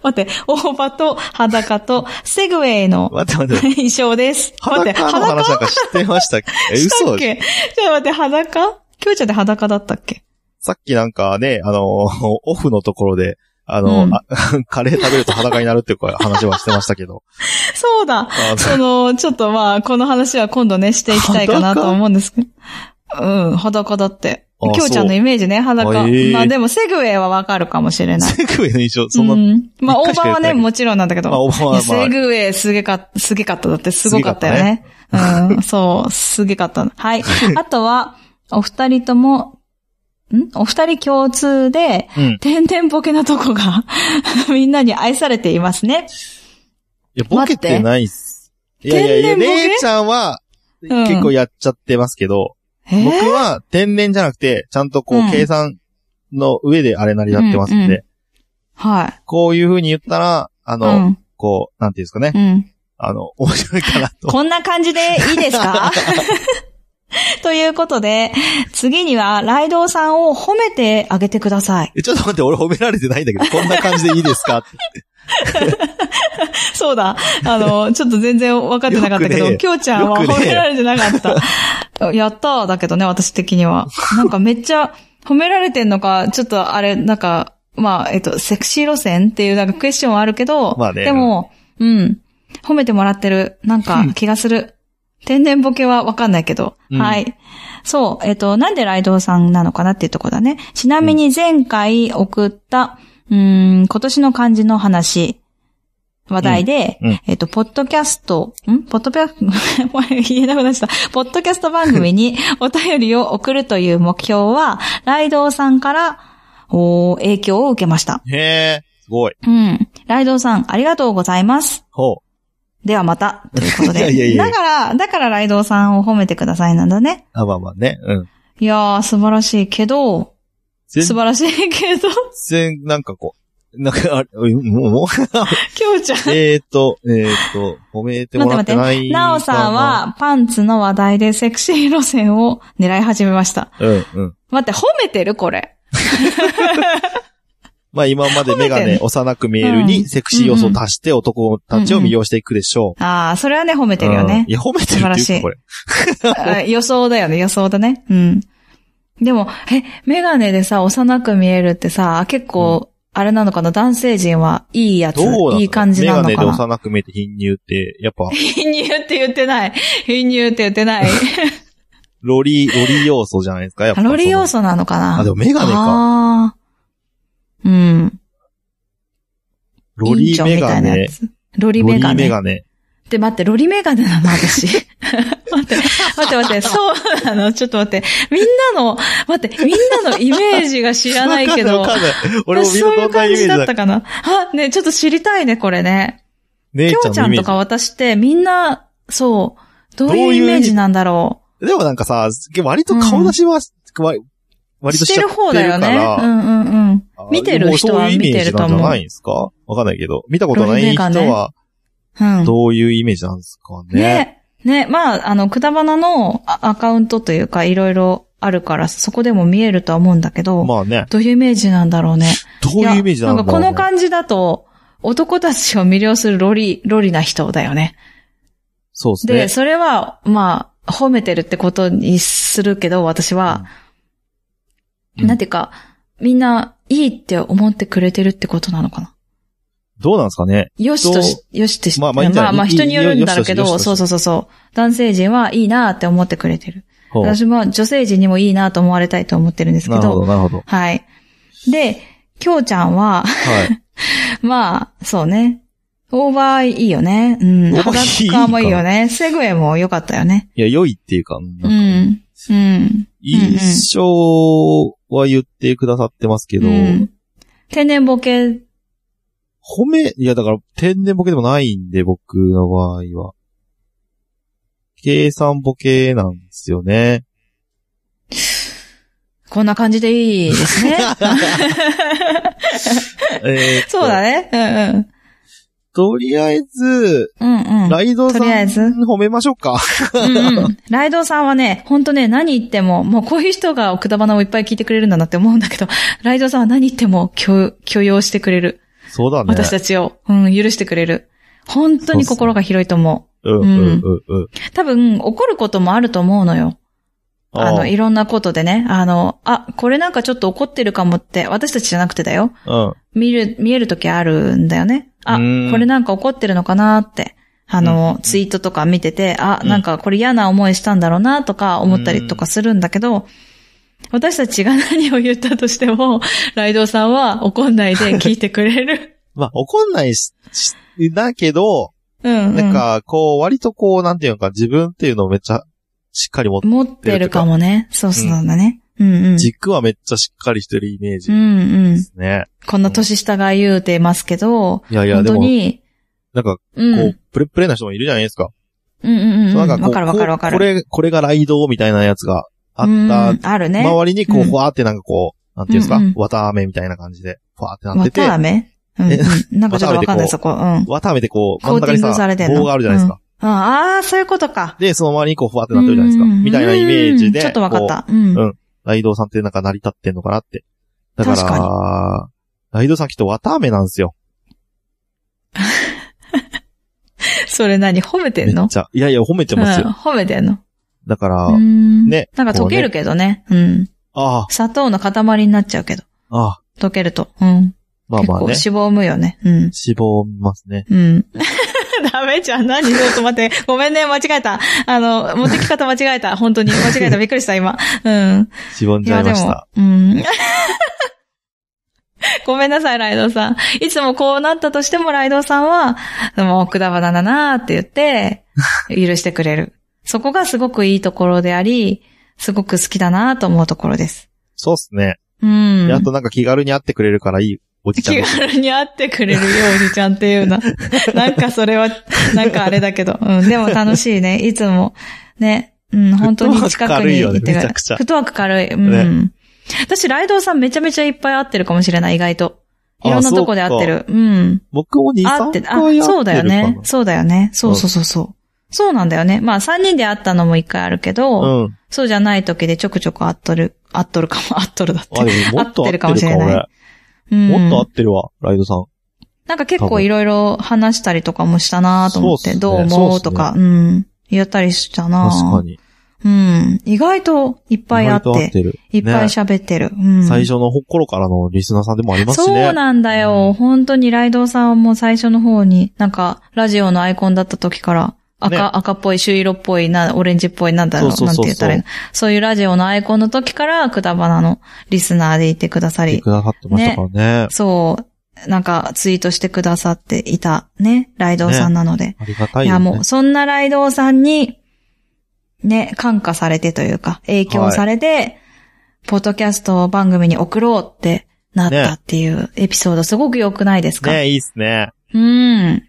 B: 待って、大葉と裸と、セグウェイの
A: 待って待って。
B: 衣装です。待って、
A: 裸の話なんか知ってましたっけえ
B: した
A: 嘘
B: っけちょっと待って、裸きょうちゃんって裸だったっけ
A: さっきなんかね、あの、 (laughs) オフのところで、あの、
B: うん
A: あ (laughs) カレー食べると裸になるっていう話はしてましたけど。
B: そうだ。
A: あ
B: その、ちょっとまあ、この話は今度ね、していきたいかなと思うんですけど。うん、裸だって。
A: あ
B: きょうちゃんのイメージね、裸。
A: あへえ
B: まあでも、セグウェイはわかるかもしれない。
A: セグウェイの印象、そんな、
B: うん、まあ、
A: 一
B: オ
A: 回
B: ー
A: し
B: バ
A: か
B: ー
A: やっ
B: は
A: てない
B: ね、もちろんなんだけど。
A: まあ、オバマ
B: いや
A: は、まあ
B: セ、グウェイすげか、すげかった。だってすごかったよね。うん、そう、すげかったの。
A: (laughs)
B: はい。あとは、お二人とも、んお二人共通で、
A: うん。
B: 天然ボケなとこが、 (laughs) みんなに愛されていますね。
A: いや、ボケてないっす。いやいやいや、
B: 天然ボケ
A: 姉ちゃんは、
B: うん
A: 結構やっちゃってますけど、
B: えー
A: 僕は天然じゃなくて、ちゃんとこ
B: う
A: う、
B: ん
A: 計算の上であれなりやってますんで、
B: うんうんはい。
A: こういう風に言ったら、あ
B: う
A: の、
B: ん。
A: こう、なんていうんですかね、
B: うん。
A: あの、面白いかなと。
B: こんな感じでいいで
A: (laughs)
B: すかということで、次には、ライドウさんを褒めてあげてください。
A: えちょっと待って、俺褒められてないんだけど、こんな感じでいいです
B: (laughs)
A: かって。
B: そうだ。あの、ちょっと全然分かってなかったけ
A: よく
B: ど、
A: ね
B: きょうちゃんは
A: よくね
B: 褒められてなかった。 (laughs) やったーだけどね、私的には。 (laughs) なんかめっちゃ褒められてんのか、ちょっとあれ、なんか、まあ、えっと、セクシー路線っていうなんかクエスチョンはあるけど、
A: まあね
B: でも、うん。褒めてもらってる。なんか気がする。天然ボケはわかんないけど。
A: うん
B: はい。そう。えっと、なんでライドウさんなのかなっていうところだね。ちなみに前回送った、うーん、今年の漢字の話、話題で、
A: うんうん
B: えっと、ポッドキャスト、んポッドキャスト、 (laughs) お前言えなくなっちゃった。ポッドキャスト番
A: (laughs)
B: 組にお便りを送るという目標は、ライドウさんから、おー影響を受けました。
A: へえ、すごい。
B: うん。ライドウさん、ありがとうございます。
A: ほう。
B: ではまた、ということで。
A: (laughs) いやいやいや
B: だから、だからライドウさんを褒めてくださいなんだね。
A: あ、まあまあね。うん。
B: いやー、素晴らしいけど、
A: 全
B: 素晴らしいけど、 (laughs)
A: 然、なんかこう、なんか、あれ、うんも
B: (laughs) きょうちゃん。
A: うえーっと、えーっと、褒めてもらってないか
B: なおさん、はパンツの話題でセクシー路線を狙い始めました。
A: うんうん。
B: 待って、褒めてるこれ。
A: まあ今までメガ
B: 褒めて
A: ネ
B: る
A: 幼く見える
B: う
A: に
B: ん
A: セクシー要素を足して男たちを魅了していくでしょう。
B: ああ、それはね、褒めてるよ
A: うん
B: ね
A: い。や、褒めてるって
B: 素晴らし
A: いうか、
B: い
A: これ。
B: あ (laughs) 予想だよね、予想だね。うん。でも、え、メガネでさ、幼く見えるってさ、結構、あれなのかな、男性陣はいいやつ、
A: どうなの
B: いい感じな
A: メガ
B: のか
A: ネで
B: な。
A: 幼く見えて貧乳って、やっぱ、
B: 貧乳って言ってない。貧乳って言ってない。
A: ロリ、ロリ要素じゃないですか、やっぱ。
B: ロリ要素なのか
A: その
B: な。
A: あ、でもメガネか。
B: あーうん。
A: ロリ
B: 委員長
A: メ
B: みた
A: ガ
B: いな
A: ネ
B: や。つ。ロリ
A: ロ
B: メ
A: リ
B: ガ
A: メ
B: ネ。
A: ガネ。
B: で、待って、ロリメガネなの、
A: (laughs)
B: 私。待って、待って、待って、そうなの、ちょっと待って。みんなの、待って、みんなのイメージが知らないけど
A: わ。かんない。俺も
B: 私
A: みん
B: そう
A: ないど
B: う
A: なイ
B: ん感
A: メー
B: じ
A: ジ
B: だ
A: だ
B: っ
A: ったけ
B: たかな。あ、ね、ちょっと知りたいね、これね。
A: 姉
B: き
A: ち
B: ょ
A: ゃ
B: うんち
A: の
B: ゃ
A: イ
B: ん
A: メー
B: と
A: ジ
B: か私ってみんな、そう、どう
A: どう
B: い
A: いうう
B: イ
A: イメ
B: メー
A: ー
B: ジ
A: ジ
B: なんだろ
A: でもなんかさ、割と顔出しは、わ割
B: う。
A: と
B: し
A: してちゃ
B: る
A: ってる
B: 方
A: か
B: だよね。う
A: ら、
B: んうんうん。見てる人
A: あ
B: は
A: もうそういうイメージなんじ
B: 見てると思
A: ゃ
B: う
A: ないんですかわかんないけど。見たことない人
B: ロリメガ
A: は、
B: うん。
A: どういうイメージなんですかね。
B: ね。ね、まあ、あの、くだばなのあアカウントというか、いろいろあるから、そこでも見えるとは思うんだけど、
A: まあね。
B: どういうイメージなんだろうね。
A: どういうイメージなんだろう、ね、
B: いやなんかこの感じだと、男たちを魅了するロリ、ロリな人だよね。
A: そうですね。
B: で、それは、まあ、褒めてるってことにするけど、私は、
A: うん
B: なんていうか、みんな、いいって思ってくれてるってことなのかな。
A: どうなんですかね
B: よしとし、よしとし、
A: まあまあいいんじゃないいい
B: 人によるんだろうけ
A: よし
B: ど、
A: とし
B: そうそうそうそう。男性陣はいいなって思ってくれてる。
A: ほう
B: 私も女性陣にもいいなと思われたいと思ってるんですけ
A: なるほ
B: ど。
A: ど、なるほど。
B: はい。で、きょうちゃんは、
A: は
B: (laughs)
A: い。
B: まあ、そうね。オーバーいいよね。うん。
A: オーバーいいか
B: 裸もいいよね。セグウェイも良かったよね。
A: いや、良いっていうか、
B: う
A: なんか
B: ん。うん。
A: 印象は言ってくださってますけど、
B: うん天然ボケ、
A: 褒め、いやだから天然ボケでもないんで、僕の場合は。計算ボケなんですよね。
B: こんな感じでいいです
A: (laughs)
B: ね。
A: えーっと
B: そうだね。
A: とりあえず、
B: うんうん。うんうん。
A: ライドさん
B: とりあえず
A: 褒めましょうか。
B: うんうん。ライドウさんはね、ほんとね、何言っても、もうこういう人がくだばなをいっぱい聞いてくれるんだなって思うんだけど、ライドウさんは何言っても許許容してくれる。
A: そうだね。
B: 私たちを、うん、許してくれる。本当に心が広いと思
A: うんうんうんうん。
B: う。多分、怒ることもあると思うのよ。あの、いろんなことでね。あの、あ、これなんかちょっと怒ってるかもって、私たちじゃなくてだよ。
A: うん。
B: 見る、見える時あるんだよね。あ、
A: うん
B: これなんか怒ってるのかなって。あの、ツイートとか見てて、あ、
A: うん
B: なんかこれ嫌な思いしたんだろうなとか思ったりとかするんだけど、私たちが何を言ったとしても、ライドウさんは怒んないで聞いてくれ
A: (laughs)
B: る。
A: まあ、怒んないし、しだけど、
B: うん、うん。
A: なんか、こう、割とこう、なんていうのか、自分っていうのをめっちゃ、しっかり持って、
B: 持ってるかもね。そうそうだね。うんうん。
A: 軸はめっちゃしっかりしてるイメージ
B: う
A: で
B: んうん。
A: すね。
B: こんな年下が言うてますけど、
A: いやいや、
B: 本
A: で
B: 当
A: も、
B: に、
A: なんか、こ
B: う
A: う、
B: ん。うん
A: プレプレな人もいるじゃないですか。
B: うんうん。
A: そうな
B: わ
A: んかこう
B: かるわかるわか
A: こ
B: る。
A: れ、これがライドみたいなやつがあっ
B: う
A: た
B: んあるね。
A: 周りに、こ
B: う
A: う、
B: ん
A: ふわーってなんかこう、なんていうんですか
B: うんうん、
A: 綿飴みたいな感じで、ふわーってなっ
B: わ
A: てて、
B: たあめうん
A: え
B: うん。なんかちょっとわかんない、
A: わ
B: そこ。うん。
A: 綿飴でこう、真ん中に
B: コーティングさ
A: さ
B: れ、てんの
A: 棒があるじゃないですか。
B: ああー、そういうことか。
A: で、その周りにこう、ふわーってなってるじゃないですか。
B: うんうんうん
A: みたいなイメージで、
B: ちょっとわかっ
A: こう
B: た。うん。
A: うんライドウさんってなんか成り立ってんのかなって。だから、
B: 確
A: ライドウさんきっと綿飴なんですよ。
B: それ何褒めて
A: め
B: ん
A: っ
B: の
A: ちゃ。いやいや、褒めてますよ。
B: うん褒めてんの。
A: だから、
B: うーん
A: ね
B: なんか溶けるけどね。うん。
A: ああ、
B: 砂糖の塊になっちゃうけど。
A: ああ、
B: 溶けると。うん。
A: まあ
B: 結
A: まあ
B: 構
A: ね
B: 脂。肪を生むよね。うん。
A: 死亡を見ますね。
B: うん。 (laughs) ダメじゃん。何ちょっと待って。 (laughs) ごめんね。間違えた。あの、持ってき方間違えた。本当に。間違えた。びっくりした、
A: (laughs)
B: 今。うん。
A: 死亡んじゃいまし
B: や
A: た。
B: でも、うん。ごめん (laughs) なさい、ライドウさん。いつもこうなったとしても、ライドウさんは、もう、くだばなだなーって言って、許してくれる。そこがすごくいいところであり、すごく好きだなーと思うところです。
A: そうっすね。
B: うん
A: で。あとなんか気軽に会ってくれるからいいおじちゃん
B: 気
A: です。
B: 軽に会ってくれるよ、おじちゃんっていうな。
A: (laughs)
B: なんかそれは、なんかあれだけど。うん、でも楽しいね。いつも。ね。うん、本当に近くにい
A: フットワーク軽いよね
B: て
A: めちゃくちゃ
B: フットワーク軽い。うん。私、ライドウさんめちゃめちゃいっぱい会ってるかもしれない、意外と。いろんなとこで会ってる。うん。
A: 僕も2、3
B: 会
A: 回会
B: っ、
A: っててる
B: あ、そうだよね。そうだよね。そううんそうそうそう。そうなんだよね。まあ、三人で会ったのも一回あるけ
A: う
B: ど、
A: うん。
B: そうじゃない時でちょくちょく会っとる、会っとるかも、会っとるだって
A: あ、。で
B: (laughs)
A: ももっと合ってて
B: 合っる
A: る
B: か
A: か
B: も
A: も
B: し
A: し
B: れ
A: れ
B: ない
A: ない。
B: うん
A: もっと合ってるわ、ライドさん。
B: なんか結構いろいろ話したりとかもしたなと思っ
A: そ
B: て、
A: うっすね
B: どう思うとか、うん、言ったりしたな
A: 確かに。いっ
B: うん。意外といっぱいあって、
A: てる。
B: いっぱい喋ってる。うん。
A: 最初の頃からのリスナーさんでもありますし
B: そ
A: ね。
B: うなんだよ。本当にライドウさんはもう最初の方に、なんか、ラジオのアイコンだった時から、赤、
A: ね
B: 赤っぽい、朱色っぽい、な、オレンジっぽい、なんだろう、
A: そうそうそうそう
B: なんて言ったらいいのそういうラジオのアイコンの時から、くだばなのリスナーでいてくださ
A: 来て
B: り
A: く、ださってましたからね。
B: そう、なんか、ツイートしてくださっていた、ね、ライドウさんなので。
A: ありがたい
B: い
A: よ
B: や、
A: ね。
B: もう、そんなライドウさんに、ね、感化されてというか、影響されて、ポッドキャスト番組に送ろうってなったっていうエピソード、すごく良くないですか、
A: ねいいっすね。
B: うん。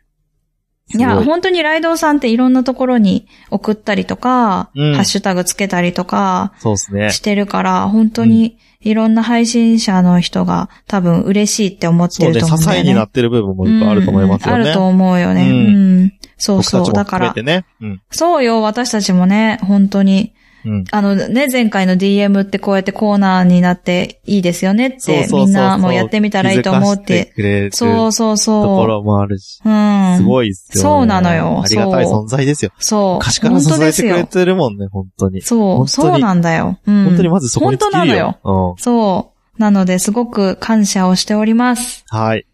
B: い
A: す
B: や、
A: ごい
B: 本当にライドウさんっていろんなところに送ったりとか、
A: うん
B: ハッシュタグつけたりとか
A: そうっすね
B: し。てるから、本当にいろんな配信者の人が多分嬉しいって思って
A: そう
B: る
A: ね、
B: と思うん
A: 支
B: だよね。
A: えになってる部分もいっぱいあると思いますよ
B: うんうんあると
A: ね。
B: 思うよね。う。
A: うんん
B: そう
A: 僕
B: そ
A: たち
B: う。
A: も
B: だか
A: 含め
B: ら
A: て、ね。うん。
B: そうよ、私たちもね、本当に。
A: うん。
B: あのね、前回の DM ってこうやってコーナーになっていいですよねっ
A: そうそう
B: て、
A: そうそう
B: みんなもやってみたらいいと思うっ
A: 気づかせ
B: て。
A: くれる
B: そ
A: と
B: うそう
A: こ
B: そ
A: ろもあるし。
B: う。うん。
A: すごいっすよね。
B: そうなのよ
A: ありがたい
B: そ
A: 存在ですよ。
B: そう。
A: 昔から
B: 本
A: 支
B: 当で
A: え
B: す
A: てくれ
B: よ。
A: てるもんね、本当に。
B: そう、
A: 本当に
B: そうなんだよ。うん。
A: 本当にまずそこに尽き
B: 本当な
A: る
B: の
A: よ
B: よ。。
A: う
B: そう。なので、すごく感謝をしております。
A: ん。はい。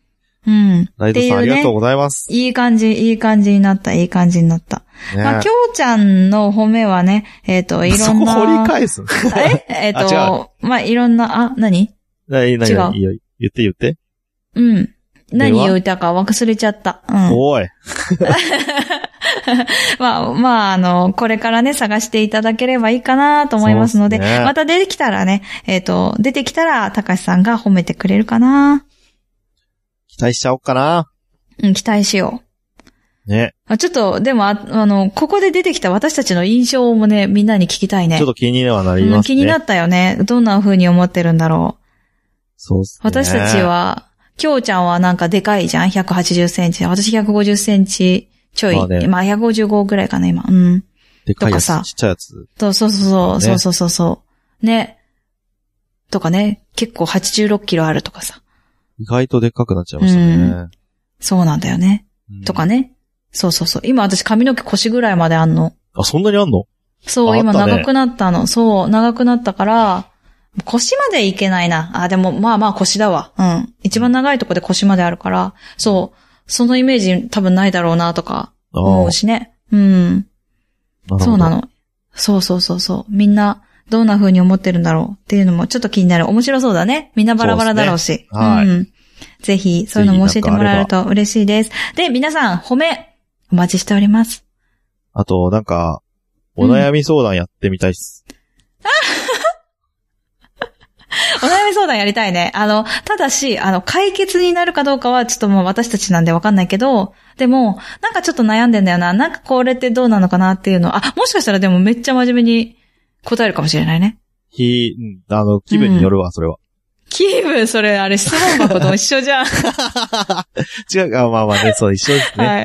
B: うん。
A: ライドさんあ
B: ってい
A: り
B: うね
A: がとうございます。
B: いい感じ、いい感じになった、いい感じになった。
A: ね
B: まあ、きょうちゃんの褒めはね、えっ、と、い
A: そ
B: ろん
A: こ
B: な。
A: 掘り返す。
B: ええっ、と、まあ、いろんな、あ、何
A: 何何
B: 違う
A: 何いいよ言って言って。
B: うん。何
A: では
B: 言うたか忘れちゃった。うん。
A: おい。
B: まあ、まあ、あの、これからね、探していただければいいかなと思いますので、
A: そうっすね
B: また出てきたらね、えっ、と、出てきたら、たかしさんが褒めてくれるかな。
A: 期待しちゃおっかな。
B: うん、期待しよう。
A: ね。
B: あちょっと、でもあ、あの、ここで出てきた私たちの印象もね、みんなに聞きたいね。
A: ちょっと気にはなり
B: うん
A: ますね。
B: 気になったよね。どんな風に思ってるんだろう。
A: そうっすね。
B: 私たち。は、きょうちゃんはなんかでかいじゃん ?180 センチ。私150センチちょい。
A: ま
B: ま
A: あ
B: あ、
A: ね
B: 155ぐらいかな、今。うん。
A: でかいやつ
B: とかさ
A: ちっちゃいやつ。
B: と、そうそ
A: そ
B: うそうう、
A: ね
B: そうそうそうそう。ね。とかね。結構86キロあるとかさ。
A: 意外とでっかくなっちゃいましたね。
B: そうなんだよね。
A: うん
B: とか。ね。そうそうそう。今私髪の毛腰ぐらいまであんの。
A: あ、そんなにあんの
B: そう、
A: ああった
B: 今
A: ね
B: 長くなったの。そう、長くなったから、腰までいけないな。あ、でも、まあまあ腰だわ。うん。一番長いとこで腰まであるから、そう、そのイメージ多分ないだろうなとか、
A: あ
B: 思う
A: あ
B: しね。うん。
A: るほど
B: そうな。の。そうそうそうそう。みんな、どんな風に思ってるんだろうっていうのもちょっと気になる。面白そうだね。みんなバラバラだろうし。
A: そうっすねはい
B: うん。ぜひ、そういうのも教えてもらえると嬉しいです。で、皆さん、褒め、お待ちしております。
A: あと、なんか、お悩み相談やってみたいっす。
B: お悩み相談やりたいね。あの、ただし、あの、解決になるかどうかは、ちょっともう私たちなんでわかんないけど、でも、なんかちょっと悩んでんだよな。なんかこれってどうなのかなっていうの。あ、もしかしたらでもめっちゃ真面目に答えるかもしれないね。
A: ひ、うんあの、気分によるわ、それは。
B: キーブ、それ、あれ、質問箱と一緒
A: (laughs)
B: じゃん。
A: 違う、あまあまあね、そう、一緒ですね。
B: は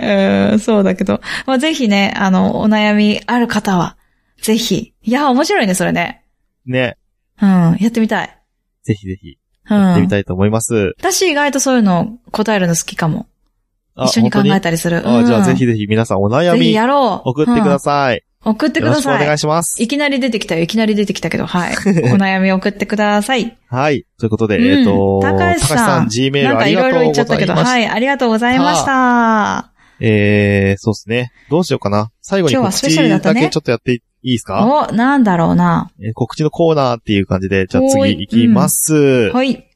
B: い、うん、そうだけど。まあ、ぜひね、あの、お悩みある方は、ぜひ。いや、面白いね、それね。
A: ね。
B: うん、やってみたい。
A: ぜひぜひ、
B: うん。
A: やってみたいと思います。
B: 私意外とそういうの答えるの好きかも。
A: あ
B: 一緒に考え
A: 本
B: たりする。
A: 当にあ、
B: うん
A: じゃあぜひぜひ皆さんお悩
B: ぜひ
A: み
B: やろう。
A: 送ってください。
B: うん送って
A: よ
B: く
A: ろ
B: だ
A: しくお願
B: さ
A: い
B: い。
A: します。
B: いきなり出てきたよ。いきなり出てきたけ
A: (laughs)
B: ど、はい。お悩み送ってください。
A: はい。ということで、
B: うん
A: えっと、
B: 高橋さ
A: 高
B: ん
A: 橋 G メー
B: なん
A: ルあ
B: か
A: り
B: い
A: が
B: ろい
A: と
B: ろ
A: うご
B: 言っち
A: ざ
B: ゃ
A: い
B: った
A: ま
B: け
A: した。
B: ど、はい。ありがとうございました。
A: えー、そうですね。どうしようかな。最後に
B: 今日は
A: 告
B: スペシャル
A: 知
B: だった
A: だ
B: ね
A: けちょっとやっていいですか、
B: お、なんだろうな。
A: えー告知のコーナーっていう感じで、じゃあ
B: おー
A: 次
B: い
A: 行きます。
B: はい。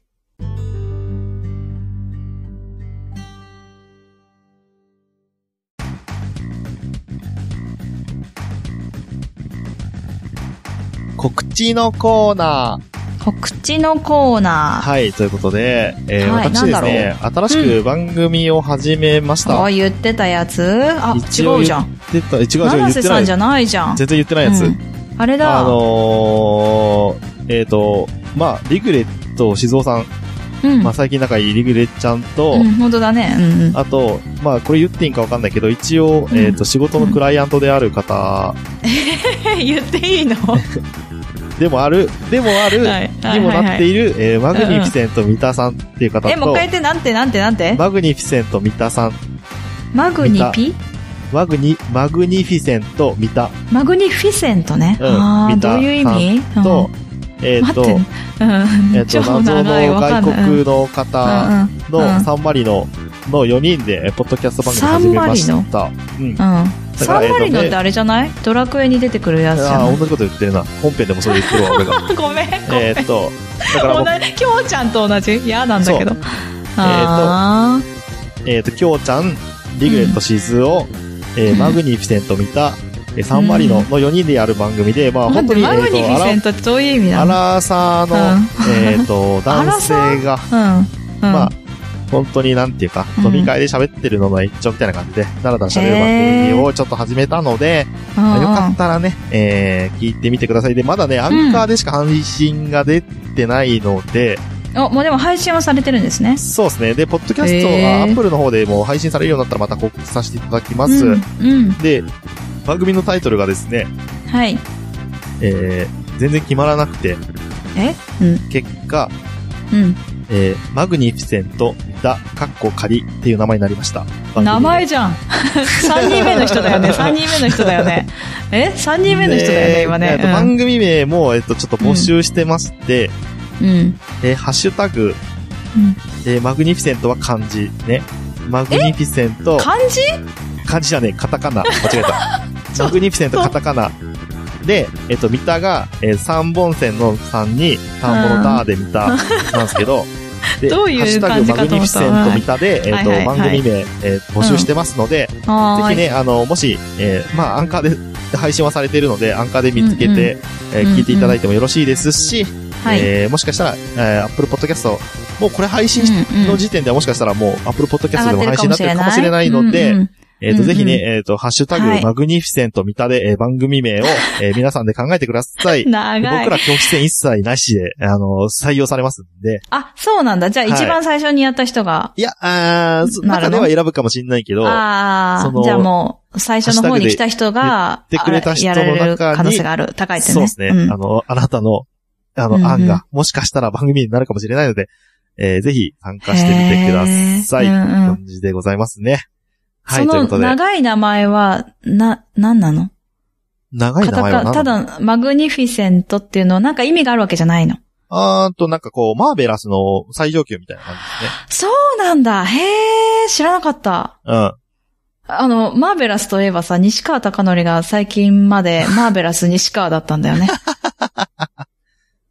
A: 告知のコーナー。
B: 告知のコーナー。
A: はい、ということで、えー
B: はい
A: 私ですね、新しく番組を始めました。
B: あ、言ってたやつあ、
A: 一応
B: 違うじゃん。
A: 言ってた、え違う違う、言
B: 七
A: って
B: 瀬さ
A: ない
B: んじ。ゃないじゃん。
A: 全然言ってないやつ。
B: うんあれだ。
A: あのー、えっ、と、まあ、リグレット静雄さん、
B: うん、
A: まあ、最近仲いいリグレッちゃんと、
B: うん、本当だね。うんうん。
A: あと、まあ、これ言っていいんかわかんないけど、一応、
B: うん
A: えっ、と、仕事のクライアントである方
B: (laughs) 言っていい
A: (laughs)
B: のは
A: でもある、でもある、
B: い。
A: にもなって
B: い
A: いる、えーマグニフィセント三田さんっていう方
B: え、もう
A: と
B: 一回、言って、なんて、なんて、なんて
A: マグニフィセント三田さん、
B: マグニピ
A: マグニ、マグニフィセント三田
B: マグニフィセントね。
A: うん
B: ああ、
A: 見た
B: どういう意味
A: と、え
B: う
A: っ、
B: ん待っ
A: と、
B: て、うん、
A: えっ、と、
B: 超
A: 謎の
B: 長い、わか
A: 外
B: んない。
A: 国の方
B: うんうんう
A: の
B: ん
A: サンマリノの4人で、えーポッドキャスト番組始めました。うん。
B: うん。うん
A: だ
B: サ
A: から
B: ンマリノっ
A: えっとね
B: てあれじゃないドラクエに出てくるやつじゃ
A: あ
B: な
A: あ、
B: い
A: 同じこと言ってるな。本編でもそれ言ってるわ、俺
B: (laughs)
A: が。
B: ごめん、ごめん
A: え。っと、だから僕、
B: 同じ、きょうちゃんと同じ嫌なんだけど。あー
A: えっ、と、きょうちゃん、リグレットシズを、えー
B: うん
A: マグニフィセント見た、えーサンマリノの4人でやる番組で、まあ、
B: 待
A: 本
B: っ
A: 当
B: て、
A: に、
B: マグニフィセ
A: えっ、
B: ントってどういう意味
A: と、
B: な
A: ア
B: の
A: ラーサーの、
B: うん
A: えっ、と、
B: (laughs)
A: 男性が、
B: うん。
A: まあ
B: ま、
A: 本当になんていうか、
B: うん
A: 飲み会で喋ってるのの一丁みたいな感じで、だらだら喋る番組をちょっと始めたので、まあよか
B: あ
A: ったらね、えー、聞いてみてください。で、まだね、アンカーでしか配信が出てないので、
B: お、もうでも配信はされてるんですね。
A: そうですね。で、ポッドキャスト
B: へー
A: は Apple の方でもう配信されるようになったらまた報告させていただきます。
B: うん。うん。
A: で、番組のタイトルがですね、
B: はい。
A: えー、全然決まらなくて、
B: えうん。
A: 結果、
B: う
A: えー、マグニフィセント・ダ・カッコ・カリっていう名前になりました。
B: ん。
A: 番組で
B: 名前じゃん。3人目の人だ
A: (laughs)
B: よね。3人目の人だよね。え ?3 人目の人だよね、
A: で
B: 今
A: え
B: ね
A: っ。と番組名も、えっと、ちょっと募集してまして、
B: うん。うん。
A: えーハッシュタグ、
B: うん
A: えーマグニフィセントは漢字ね。マグニフィセント、
B: 漢字
A: 漢字じゃねえ、カタカナ。間違え
B: (laughs) ち
A: た。
B: ょっと
A: マグニフィセント、カタカナ。で、えっと、見たが、えー三本線の3に、田んぼのターで見た、なんですけ
B: (laughs)
A: ど、で
B: どういう
A: ハッシュタ
B: 感
A: グ
B: じ
A: マ
B: か
A: グ
B: と
A: ニフィ
B: 思った
A: セント見たで、えっ、と、
B: はいはいはい
A: 番組名、えー募集してますので、
B: あ
A: ぜひね、あの、もし、えーまあ、アンカーで、配信はされているので、アンカーで見つけて、えー
B: うんうん
A: 聞いていただいてもよろしいですし、
B: はい。
A: えーもしかしたら、えー、Apple Podcast、もうこれ配信
B: うんうん
A: の時点ではもしかしたらもう Apple Podcast で
B: 上
A: も配
B: がって
A: 信に
B: る
A: なってるかもしれないので、
B: うんうん
A: えっ、と、
B: うんう
A: ぜ
B: ん
A: ひね、えっ、と、ハッシュタグ、
B: はい
A: マグニフィセント三田で、えー番組名を、えー皆さんで考えてください。
B: (laughs) 長い。
A: 僕ら拒否戦一切なしで、あの、採用されますんで。
B: あ、そうなんだ。じゃあ
A: はい
B: 一番最初にやった人が。
A: いや、あーそ
B: な
A: 中
B: るほ
A: で
B: ど
A: は選ぶかもしれないけど、言
B: あ
A: そ
B: あ、
A: の
B: じゃあもう、最初の方に来た人が、
A: ってくれた人
B: あ
A: の中に
B: やられる可能性がある。高いってね。
A: そうですね、
B: ん
A: あの、あなたの、あの、
B: うんうん
A: 案が、もしかしたら番組になるかもしれないので、えーぜひ参加してみてください。
B: へーうんうん
A: 感じでございますね。は
B: そ
A: い、ということ
B: の
A: で。
B: 長い名前は、な、なんなの
A: 長い名前は
B: カタカ
A: 何
B: ただ、マグニフィセントっていうのはなんか意味があるわけじゃないの。
A: あーんと、なんかこう、マーベラスの最上級みたいな感じですね。
B: そうなんだへえ、知らなかった。
A: うん。
B: あの、マーベラスといえばさ、西川貴教が最近
A: (laughs)
B: までマーベラス西川だったんだよね。 (laughs)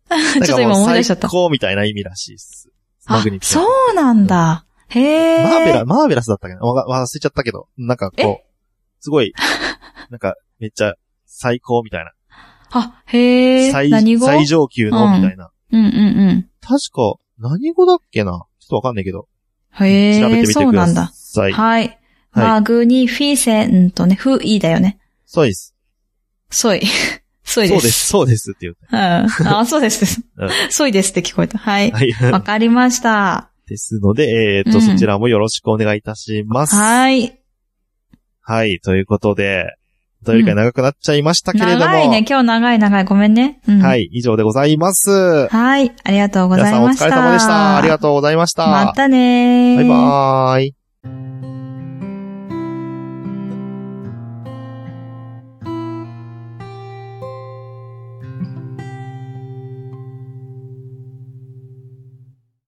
B: ちょっと今思い出しちゃった
A: なんかもう最。高みたいな意味らしいっす。 (laughs) マ
B: あ
A: グニ、フィセント
B: そうなんだ。へえ。
A: マーベラ、マーベラスだったっけなわ忘れちゃったけど、なんかこう、すごい、なんかめっちゃ最高みたいな。
B: あ、へえ。
A: 最
B: 何語
A: 最上級のみたいな。
B: うんうんうん。
A: 確か、何語だっけなちょっとわかんないけど。
B: へえ。
A: 調べてみて
B: そう
A: くだ
B: なんだ。
A: さい。
B: はい。マグニフィセントね。ふ、いいだよね。
A: そうです。
B: そ (laughs) い。そ
A: そう
B: いで。
A: ですす。そうですって言う。
B: うん。あ、そうです (laughs)
A: うん。
B: そういですって聞こえ
A: (laughs)
B: た。はい。
A: はい。
B: わかりました。
A: ですので、えっ
B: う
A: と、
B: ん
A: そちらもよろしくお願いいたします。
B: はい。
A: はい、ということで、お便りが長くなっちゃいましたけれども。
B: 長いね。今日長い長い。ごめんね。うん
A: はい、以上でございます。
B: はい。ありがとうご
A: 皆
B: ざい
A: さんお
B: まし
A: 疲
B: た。
A: れ様でした。ありがとうございました。
B: またねー
A: バイバーイ。